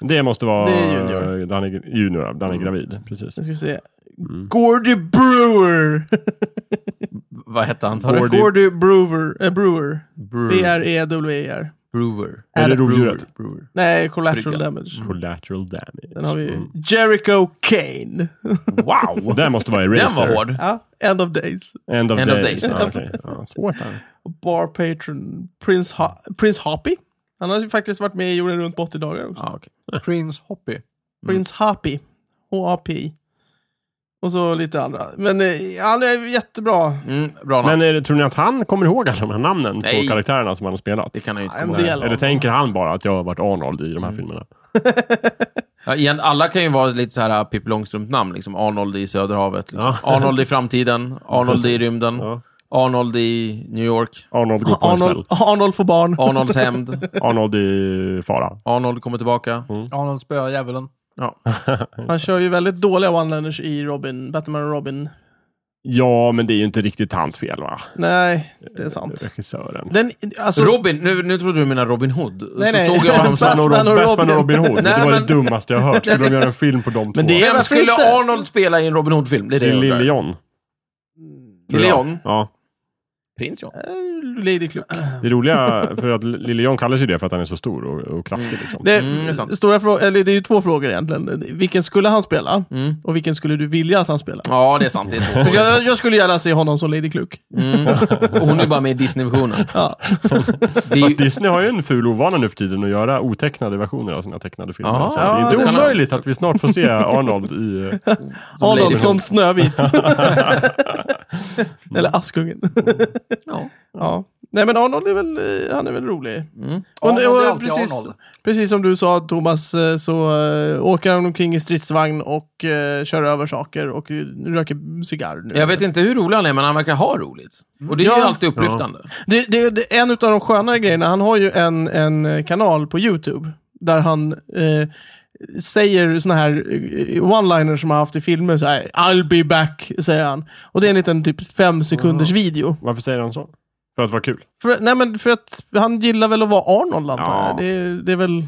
S3: Det måste vara...
S1: Det är Junior. Mm.
S3: Danny, junior, den är
S2: Mm.
S3: gravid. Precis.
S1: Nu ska vi se.
S3: Mm.
S1: Gordy Brewer.
S2: V- Vad hette han? sa du?
S3: Gordy.
S1: Gordy Brewer. eh, Brewer. E
S2: Brewer.
S1: B-R-E-W-E-R.
S2: Brewer.
S3: Är det
S1: Adam
S3: rovdjuret?
S2: Brewer.
S1: Nej, Collateral
S2: Bryggan.
S1: Damage.
S3: Collateral damage.
S1: Sen har vi
S3: Mm.
S1: Jericho Kane.
S2: Wow!
S3: Det måste vara Eraser.
S2: Den var hård.
S1: Ja, End of Days.
S3: End of
S2: End of
S3: days.
S2: days.
S3: Ja, okej. ja, svårt där.
S1: Bar Patron. Prince, Ho- Prince Hoppy. Han har ju faktiskt varit med i jorden runt på 80 dagar också.
S2: Ja, okej.
S4: Prince Hoppy.
S2: Mm.
S1: Prince Happy. H-A-P. Och så lite andra. Men eh, han är jättebra.
S2: mm, bra namn.
S3: Men är det, tror ni att han kommer ihåg alla de här namnen
S2: Nej.
S3: på karaktärerna som han har spelat?
S2: Det kan Mm. jag ju inte
S1: En
S2: komma
S1: del av
S3: Eller
S1: honom.
S3: tänker han bara att jag har varit Arnold i de här filmerna?
S2: Ja, igen, alla kan ju vara lite så här äh, Pippi Långstrump-namn. Liksom Arnold i Söderhavet. Liksom.
S3: Ja.
S2: Arnold i framtiden. Arnold i rymden.
S3: Ja.
S2: Arnold i New York.
S3: Arnold går på en smäll.
S1: Arnold, Arnold får barn.
S2: Arnolds hämnd.
S3: Arnold i fara.
S2: Arnold kommer tillbaka.
S4: Arnold spöar djävulen.
S2: Ja.
S1: Han kör ju väldigt dåliga one-liners i Robin, Batman och Robin.
S3: Ja, men det är ju inte riktigt hans fel va?
S1: Nej, det är sant.
S3: Regissören.
S1: Den, alltså,
S2: Robin, nu, nu trodde du menade Robin Hood.
S1: Nej,
S2: så
S1: nej.
S2: såg jag honom som...
S1: Batman
S3: Batman och,
S1: och Robin.
S3: Batman och Robin Hood.
S2: Nej,
S3: det var
S2: men-
S3: det dummaste jag har hört. Skulle de göra en film på de två?
S1: Men det är-
S2: Vem
S1: varför
S2: skulle
S1: inte?
S2: Arnold spela i en Robin Hood-film? Det är det
S3: Det är
S2: jag
S3: Lille
S2: undrar.
S3: John. tror jag.
S2: Leon,
S3: Ja.
S2: prins John.
S1: Eh, Lady Cluck.
S2: Mm,
S3: Det roliga, för att Lille John kallas ju det för att han är så stor och, och kraftig. Liksom.
S1: Det,
S2: Mm, det är sant.
S1: stora frå- eller det är ju två frågor egentligen. Vilken skulle han spela?
S2: Mm.
S1: Och vilken skulle du vilja att han spelar?
S2: Ja, det är sant. Det är två
S1: För
S2: frågor.
S1: jag, jag skulle gärna se honom som Lady Cluck.
S2: mm. Och Hon är bara med i Disney-versionen.
S1: Ja.
S2: Det är
S3: Fast
S2: ju...
S3: Disney har ju en ful ovana nu för tiden att göra otecknade versioner av sina tecknade filmer.
S2: Ja,
S3: så det är
S1: Ah. det
S3: inte
S1: kan-
S3: omöjligt att vi snart får se Arnold i... eh,
S1: Arnold
S2: Lady
S1: som
S2: Hood.
S1: Snövit. eller Askungen.
S2: Ja.
S1: ja. Nej men Arnold är väl, eh, han är väl rolig.
S2: Mm.
S1: Och-
S4: Arnold är
S1: och
S4: alltid
S1: precis,
S4: Arnold.
S1: precis som du sa Thomas, eh, så eh, åker han omkring i stridsvagn och eh, kör över saker och eh, röker cigarr nu.
S2: Jag vet inte hur rolig han är, men han verkar ha roligt. Och det är ju
S1: Ja.
S2: alltid upplyftande.
S1: Det, det, det är en av de skönare grejerna. Han har ju en, en eh, kanal på YouTube där han eh, säger såna här eh, one-liners som han haft i filmer. Så här, I'll be back, säger han. Och det är en liten typ fem sekunders video.
S3: Varför säger han så? För att vara kul?
S1: För, nej, men för att han gillar väl att vara Arnold, antar jag.
S3: Ja.
S1: Det, det är väl...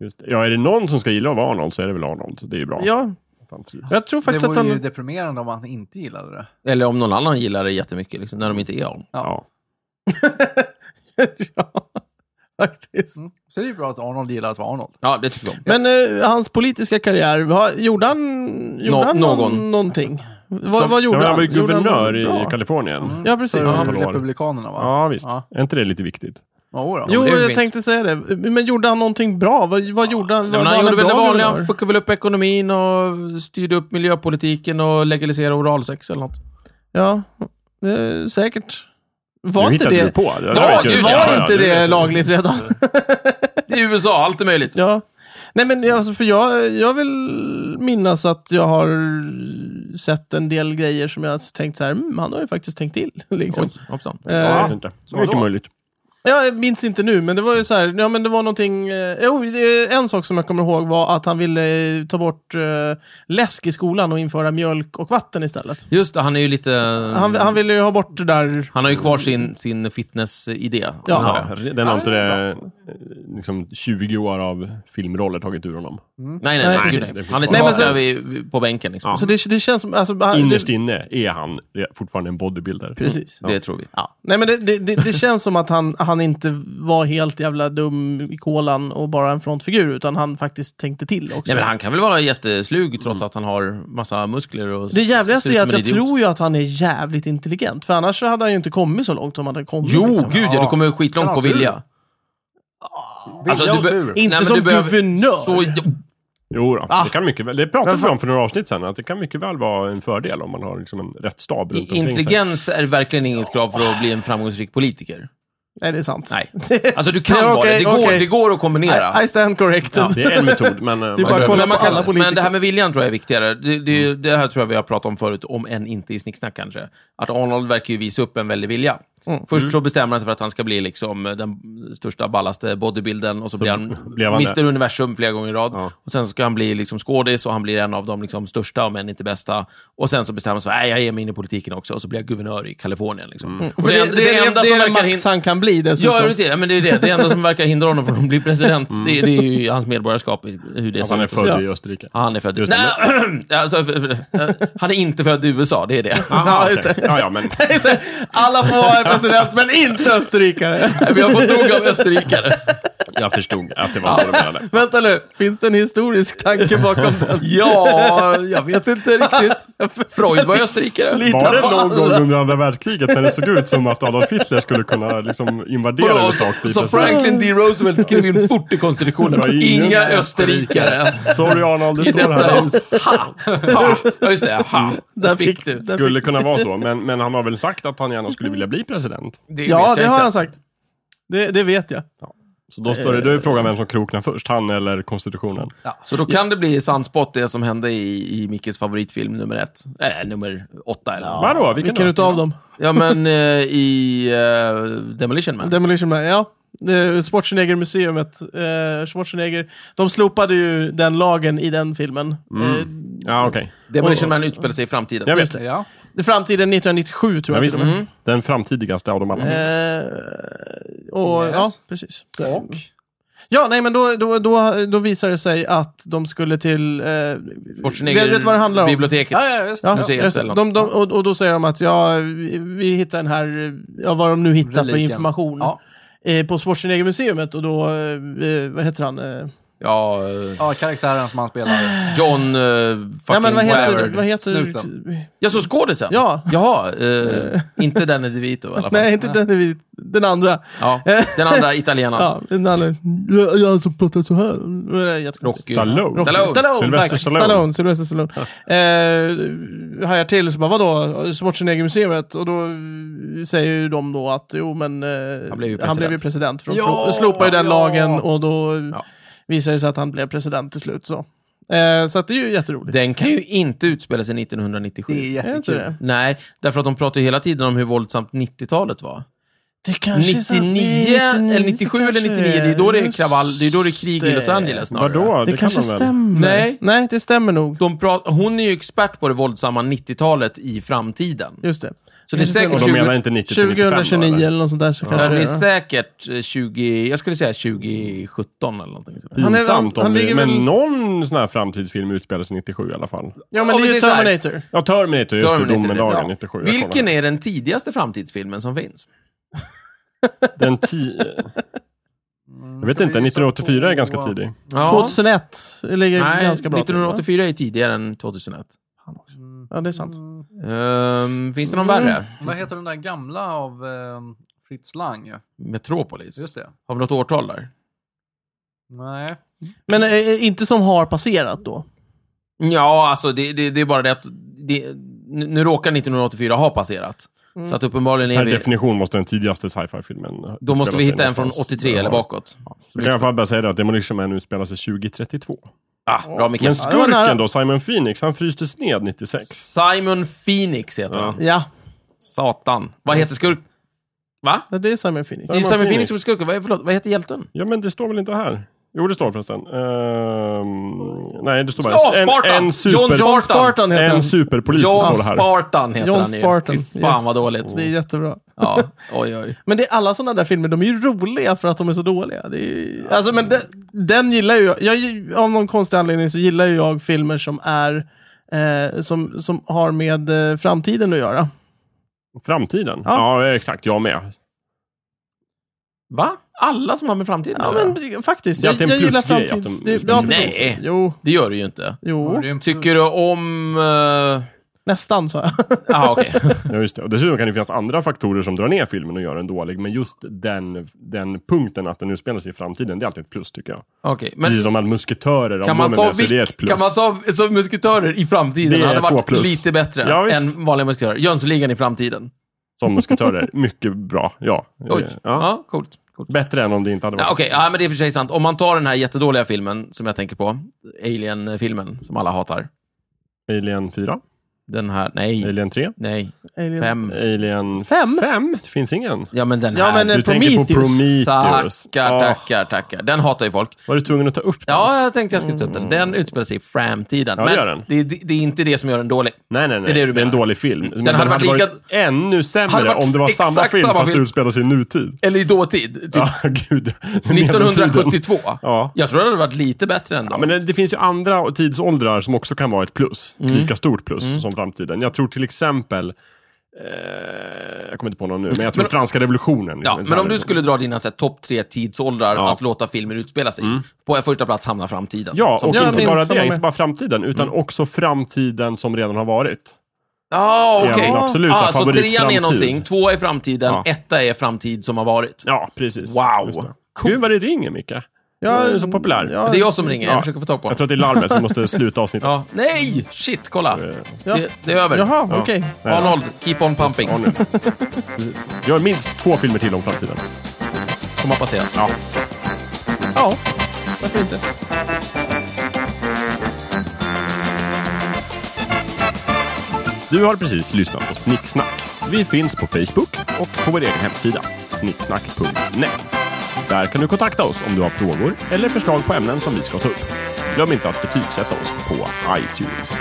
S3: Just det. Ja, är det någon som ska gilla att vara Arnold så är det väl Arnold. Det är ju bra.
S1: Ja,
S3: Att han precis-
S1: jag tror faktiskt
S4: det
S1: att
S4: vore
S1: han...
S4: ju deprimerande om han inte gillade det.
S2: Eller om någon annan gillar det jättemycket, liksom, när de inte är honom.
S3: Ja.
S1: ja, faktiskt.
S4: Mm. Så det är ju bra att Arnold gillar att vara Arnold.
S2: Ja, det tycker vi om.
S1: Men eh, hans politiska karriär, har, gjorde han, gjorde
S2: Nå-
S1: han
S2: någon.
S1: någon. någonting? Vad, vad
S3: Ja,
S1: gjorde
S3: men han
S1: han?
S3: var ju
S1: Gjorde han
S3: guvernör
S1: något
S3: i
S1: bra? Mm.
S3: Kalifornien.
S1: Ja, precis.
S4: För
S3: Ja.
S4: Republikanerna va?
S3: Ja, visst.
S4: Ja.
S3: Är inte det lite viktigt?
S4: Ja, jodå.
S2: Jo,
S1: Jo,
S2: det är ju
S1: jag
S2: fint.
S1: tänkte säga det. Men gjorde han någonting bra? Vad, vad gjorde han?
S2: Nej,
S1: Vad
S2: men han
S1: var
S2: gjorde väl det
S1: bra
S2: vanliga, han
S1: guvernör?
S2: fuckade väl upp ekonomin och styrde upp miljöpolitiken och legaliserade oralsex eller något.
S1: Ja, det är säkert. Var
S3: nu
S1: inte
S3: hittade du
S1: det...
S3: på. Det
S2: Ja,
S3: där vet jag
S2: gud,
S3: inte.
S2: ja,
S3: Ja,
S1: Var
S3: ja,
S1: inte
S3: du
S1: det
S3: vet.
S1: lagligt redan?
S2: I USA, allt är möjligt.
S1: Ja. Nej, men alltså, för jag, jag vill minnas att jag har sett en del grejer som jag har tänkt så här, mm, han har ju faktiskt tänkt till. Liksom.
S2: Oj, hoppsan.
S1: Eh,
S3: Ja, jag vet inte.
S4: Så
S3: Mycket
S4: då?
S3: möjligt.
S1: Ja, jag minns inte nu, men det var ju så här, ja men det var någonting, eh, jo, det- en sak som jag kommer ihåg var att han ville eh, ta bort eh, läsk i skolan och införa mjölk och vatten istället.
S2: Just det, han är ju lite...
S1: Han,
S2: Mm.
S1: han ville ju ha bort det där,
S2: han har ju kvar sin, sin fitness-idé.
S1: Ja.
S2: antar jag.
S3: Ja, den har inte det, liksom 20 år av filmroller tagit ur honom.
S2: Nej, nej,
S1: Nej,
S2: nej.
S3: precis.
S2: nej. Han är
S3: Nej,
S1: men
S2: tillbaka
S1: så-
S2: vid- vid- på bänken. Liksom.
S1: så det, det känns som, alltså, han-
S3: Innerst
S1: det,
S3: inne är han fortfarande en bodybuilder.
S1: Precis.
S2: Det tror vi.
S1: Ja. Nej, men det, det, det, det känns som att han, han inte var helt jävla dum i kolan och bara en frontfigur, utan han faktiskt tänkte till också.
S2: Nej, men han kan väl vara jätteslug trots att han har massa muskler och
S1: Mm. det
S2: s- ser
S1: jävligaste
S2: ut
S1: är
S2: som
S1: att
S2: en
S1: jag
S2: idiot.
S1: tror ju att han är jävligt intelligent, för annars så hade han ju inte kommit så långt som han hade kommit.
S2: Jo,
S1: liksom.
S2: gud ja, du kommer ju skitlångt
S4: Kan
S2: på
S4: ha tur.
S2: vilja.
S4: Vilja och
S2: be-
S4: tur.
S1: Inte
S2: men
S1: som
S2: Alltså, du behöver-
S1: guvernör.
S2: Så,
S3: Jo då,
S1: Ah.
S3: det kan mycket väl. Det pratade vi om för några avsnitt sedan, att det kan mycket väl vara en fördel om man har liksom en rätt stab runt omkring sig.
S2: Intelligens är verkligen inget krav för att bli en framgångsrik politiker.
S1: Nej, det är sant.
S2: Nej. Alltså du kan
S1: Ja,
S2: vara det.
S1: okej,
S2: Det går,
S1: okej.
S2: det går att kombinera.
S1: I, I stand corrected.
S2: Ja.
S3: Det är en metod, men... eh,
S1: Det är
S3: man
S1: bara
S3: kan-
S1: kolla
S2: men, man
S1: på alla politiker.
S2: men det här med viljan tror jag är viktigare. Det, det, är ju- det här tror jag vi har pratat om förut, om än inte i Snicksnack kanske. Att Arnold verkar ju visa upp en väldig vilja.
S1: Mm.
S2: Först så bestämmer han sig för att han ska bli liksom den största, ballaste bodybuilden och så blir han
S3: blev han det.
S2: Mr Universum flera gånger i rad.
S3: Ja.
S2: Och sen ska han bli liksom skådis och han blir en av de liksom största, om än inte bästa. Och sen så bestämmer han sig för "Nej, jag ger mig in i politiken också och så blir jag guvernör i Kalifornien. Liksom. Och
S1: För Mm. det, det, är det,
S2: enda
S1: det
S2: som
S1: är liksom. det
S2: verkar
S1: max
S2: hin-
S1: han kan bli dessutom.
S2: Ja, precis. Ja, men det är det. Det enda som verkar hindra honom från att bli president, det, det är ju hans medborgarskap. Hur det
S3: Att han är
S2: ut.
S3: född
S1: Mm. Ja.
S3: i Österrike.
S2: Ja, han är född i
S3: Just det.
S2: Nej, alltså, för- för- eh, Han är inte född i USA, det är det.
S3: Aha,
S1: just
S3: Ah, okej. ja, ja, men...
S1: Alla får vara president, men inte österrikare.
S2: Nej, Vi har fått nog av österrikare.
S3: Jag förstod att det var så de menade.
S1: Vänta nu, finns det en historisk tanke bakom den?
S2: Ja, jag vet inte riktigt. Freud var österrikare.
S1: Lita
S3: Var
S1: på
S3: det någon gång
S1: alla.
S3: under andra världskriget när det såg ut som att Adolf Hitler skulle kunna liksom invadera
S2: Vadå,
S3: USA? och bli
S2: Så
S3: president?
S2: Franklin D. Roosevelt skrev in fort i
S3: Ja,
S2: konstitutionen.
S3: ingen
S2: Inga österrikare
S3: Sorry Arnold, det
S2: i
S3: står
S2: detta
S3: här.
S2: hus. Ha! ha. Ja, just det. Ha! Där fick du.
S1: där
S3: Skulle kunna vara så, men, men han har väl sagt att han gärna skulle vilja bli president?
S2: Det vet
S1: Ja,
S2: jag
S1: det har
S2: inte.
S1: han sagt. Det, det vet jag.
S3: Så då, står det, då är frågan vem som kroknar först, han eller konstitutionen.
S2: Så då kan det bli sandspott, det som hände i, i Mickes favoritfilm nummer ett. Nej, nummer åtta eller något.
S3: Vadå, vilken,
S1: Vilken
S3: då?
S1: utav dem?
S2: Ja, men eh, i eh, Demolition Man.
S1: Demolition Man, ja. Det- Schwarzenegger-museet. Eh, Schwarzenegger. De slopade ju den lagen i den filmen.
S2: Mm.
S1: Eh,
S3: Ja, okej.
S2: Demolition Man utspelar sig i framtiden.
S3: Jag vet.
S4: Ja.
S1: Eh, framtiden 1997 tror
S3: Jag
S1: jag.
S3: visste.
S1: till och med.
S3: Den framtidigaste av dem alla.
S1: Eh, och,
S4: Yes.
S1: Ja, precis.
S4: Och
S1: Ja, nej men då, då, då, då visar det sig att de skulle till... Eh, vet, vet vad det handlar om?
S2: Biblioteket.
S4: Ja, ja, just det.
S1: Ja,
S2: Museet
S1: just det.
S2: eller
S1: de, de, och, och då säger de att ja, vi, vi hittar den här, eh, ja, vad de nu hittar för
S4: Reliken.
S1: information
S4: Ja.
S1: eh, på Schwarzenegger-museet och då, eh, vad heter han? Eh,
S2: Ja, eh,
S4: Ja, karaktären som han spelar.
S2: John eh, fucking
S1: ja, men vad heter,
S2: Wallard.
S1: vad heter
S4: Snuten.
S2: Ja, så skådisen?
S1: Ja.
S2: Jaha, eh, inte den är DeVito i alla fall.
S1: Nej, inte den, är vi- den andra.
S2: Ja, den andra italienaren.
S1: Ja, den andra. Jag, jag som pratar så här. Det är jättekonstigt.
S2: Rocky.
S3: Stallone.
S1: Rocky.
S2: Stallone.
S1: Stallone,
S3: Sylvester
S1: tack.
S3: Stallone.
S1: Stallone, Sylvester Stallone. Eh, hajar till så bara, vadå? Schwarzenegger-museet? Och då eh, säger ju de då att, jo men... eh,
S2: Han blev ju
S1: Han blev ju
S2: president.
S1: president. För de
S4: Ja,
S1: ja, slopade ju den
S4: ja.
S1: lagen och då
S2: Ja.
S1: visade det sig att han blev president till slut. Så, eh, så att det är ju jätteroligt.
S2: Den kan ju inte utspela sig 1997.
S4: Det är
S1: är inte
S4: jättekul.
S1: det?
S2: Nej, därför att de pratar ju hela tiden om hur våldsamt 90-talet var.
S1: det
S2: 99, eller 97 eller 99, det är då det är kravall, det är då det är krig i Los Angeles snarare.
S3: Eh, Vadå?
S1: Det, kanske
S3: kan man väl?
S1: stämmer.
S2: Nej.
S1: Nej, det stämmer nog.
S2: De pratar, hon är ju expert på det våldsamma 90-talet i framtiden.
S1: Just det.
S2: Så det är säkert
S3: Och de
S2: 20,
S3: menar inte 90 till 95 då,
S1: 2029
S3: eller?
S1: typ eller något sånt där så
S2: ja,
S1: kanske
S2: det är
S1: det är.
S2: säkert eh, 20, jag skulle säga 2017 eller någonting. sånt.
S1: Han är-
S3: Pinsamt
S1: han- han
S3: om det,
S1: ligger
S3: men
S1: väl-
S3: någon sån här framtidsfilm utspelar sig 97 i alla fall.
S1: Ja, men
S2: Om
S1: det
S2: vi
S1: är ju
S2: säger så här.
S1: Terminator.
S3: Ja, Terminator, just det,
S2: Terminator,
S3: domedagen
S2: ja.
S3: 97. jag
S2: Vilken
S3: kollar.
S2: är den tidigaste framtidsfilmen som finns?
S3: Den ti-
S4: Mm,
S3: Jag vet
S4: så
S3: inte,
S4: vi gissar
S3: 1984 är
S4: på-
S3: ganska tidig.
S2: Ja.
S1: 2001 ligger
S2: Nej,
S1: ganska bra till, va?
S2: 1984 är tidigare än 2001.
S4: Mm,
S1: Ja, det är sant.
S2: Ehm, finns det någon
S1: Mm.
S2: värre?
S4: Vad heter den där gamla av ehm, Fritz Lang?
S2: Metropolis?
S4: Just det.
S2: Har vi något årtal där?
S4: Nej.
S1: Men eh, inte som har passerat då.
S2: Ja, alltså det, det, det är bara det att det, nu nu råkar 1984 ha passerat.
S1: Mm.
S2: Så att uppenbarligen är
S3: Per
S2: vi...
S3: definition måste den tidigaste sci-fi-filmen
S2: Då måste vi
S3: utspela sig
S2: hitta en från
S3: någonstans.
S2: 83 eller
S3: Ja.
S2: bakåt.
S3: Jag kan i alla fall bara säga det att Demolition Man utspelar sig 2032.
S2: Ah, bra Mikael.
S3: Men
S1: det var nära.
S3: skurken då, Simon Phoenix, han frystes ned 96.
S2: Simon Phoenix heter
S3: Ja.
S2: han.
S1: Ja,
S2: Satan. Vad heter skurk... Va?
S1: det är Simon Phoenix.
S2: Det är ju
S3: Simon
S2: Simon Phoenix
S3: Phoenix
S2: som är skurken. Vad, är- förlåt, vad heter hjälten?
S3: Ja, men det står väl inte här? Jo, det står förresten. Ehm, nej, det står bara...
S2: Ja, Spartan!
S3: En, en,
S2: John
S3: super,
S2: Spartan.
S1: John Spartan heter
S3: en
S1: han.
S3: superpolis
S2: John
S3: står det här.
S2: Spartan heter
S1: John
S2: han ju.
S1: Spartan,
S2: Fy fan
S1: yes.
S2: vad dåligt.
S1: Det är jättebra.
S2: Ja, oj oj.
S1: Men det är alla sådana där filmer, de är ju roliga för att de är så dåliga. Det är, ju- alltså, men den, den gillar ju jag. jag. Av någon konstig anledning så gillar ju jag filmer som är eh, som, som har med eh, framtiden att göra.
S3: Framtiden?
S1: Ja.
S3: Ja. exakt. Jag med.
S2: Va? Alla som har med framtiden
S1: Ja,
S2: att göra?
S1: men faktiskt.
S3: Det är
S1: Jag,
S3: alltid en
S1: jag gillar
S3: plusgrej att de
S1: framtids...
S3: spelar
S2: sig
S1: precis.
S2: Nej.
S1: Jo,
S2: Det gör du ju inte.
S1: jo.
S4: Rymt-
S2: Tycker du om... eh,
S1: Nästan, sa jag.
S2: Ja, okej.
S3: Ja, just det. Och dessutom kan det finnas andra faktorer som drar ner filmen och gör den dålig, men just den, den punkten att den utspelar sig i framtiden, det är alltid ett plus tycker jag.
S2: Okej, men
S3: Precis som att musketörer,
S2: kan
S3: om
S2: man,
S3: de
S2: ta
S3: är med, så det är
S2: vick,
S3: ett plus.
S2: kan man ta så musketörer i framtiden?
S3: Det
S2: Det
S3: är
S2: hade
S3: två
S2: varit
S3: plus.
S2: lite bättre
S3: Ja, visst.
S2: än vanliga musketörer. Jönsligan i framtiden.
S3: Som musketörer, mycket bra. Ja.
S2: Oj.
S3: Eh,
S2: Ja,
S3: ja.
S2: coolt. coolt.
S3: Bättre än om det inte hade
S2: Ja,
S3: varit
S2: Okej, ja, men det är för sig sant. Om man tar den här jättedåliga filmen som jag tänker på, Alien-filmen som alla hatar.
S3: Alien 4,
S2: Den här, nej,
S3: Alien 3,
S2: nej,
S1: Alien.
S2: fem.
S3: Alien
S1: Fem?
S3: 5. Det finns ingen.
S2: Ja, men den här.
S1: Ja, men
S3: Du
S1: eh,
S3: tänker på
S1: Prometheus.
S3: Prometheus.
S2: Tackar,
S3: Ah,
S2: tackar, tackar. Den hatar ju folk.
S3: Var du tvungen att ta upp den?
S2: Ja, jag tänkte jag skulle ta upp den. Den utspelar sig i framtiden.
S3: Mm. Ja, det
S2: men
S3: gör den.
S2: Det, det, det är inte det som gör den dålig.
S3: Nej, nej, nej.
S2: Det är det du
S3: är en
S2: menar.
S3: dålig film. Men den
S2: hade varit lika-
S3: ännu sämre
S2: Hade varit
S3: om det var samma
S2: exakt
S3: film
S2: samma
S3: fast det
S2: film.
S3: utspelar sig i nutid.
S2: Eller i dåtid. Typ
S3: Ja, gud. Medeltiden.
S2: 1972.
S3: Ja.
S2: Jag tror det hade varit lite bättre ändå.
S3: Ja, men det, det finns ju andra tidsåldrar som också kan vara ett plus.
S2: Mm.
S3: Lika stort plus som framtiden. Jag tror till exempel... Eh, jag kommer inte på någon nu, men jag tror
S2: Men-
S3: franska revolutionen.
S2: Ja,
S3: liksom,
S2: men
S3: så här
S2: om du
S3: liksom.
S2: skulle dra dina så här, topp tre tidsåldrar
S3: Ja. Mm.
S2: att låta filmer utspela sig i. På en första plats hamnar framtiden.
S3: Ja,
S2: Som Mm.
S3: och
S1: Ja, men
S2: tidsålder.
S3: inte bara
S1: samma
S3: det.
S1: med-
S3: Inte bara framtiden, utan också framtiden som redan har varit.
S2: Ja,
S3: Det är
S2: okej.
S3: min absoluta
S2: Ah, så
S3: favoritframtid.
S2: trean är någonting, två är framtiden,
S3: Ja.
S2: etta är framtid som har varit.
S3: Ja, precis.
S2: Wow.
S3: Just det. Gud vad det ringer, Micke.
S1: Ja,
S3: Du är så populär.
S1: ja.
S2: Det är jag som ringer, jag
S3: Ja.
S2: försöker få tag på
S3: Jag
S2: honom.
S3: tror att det är larmet som måste sluta avsnittet.
S2: Ja. Nej! Shit, kolla.
S1: Ja.
S2: Det, det är över.
S1: Jaha, okej.
S3: Nej,
S2: Arnold, keep on pumping.
S3: Ja, nu. Precis. Gör minst två filmer till om framtiden.
S2: Kommer att passera.
S3: Ja.
S1: Ja, varför inte?
S3: Du har precis lyssnat på Snicksnack. Vi finns på Facebook och på vår egen hemsida, snicksnack.net. Där kan du kontakta oss om du har frågor eller förslag på ämnen som vi ska ta upp. Glöm inte att betygsätta oss på iTunes.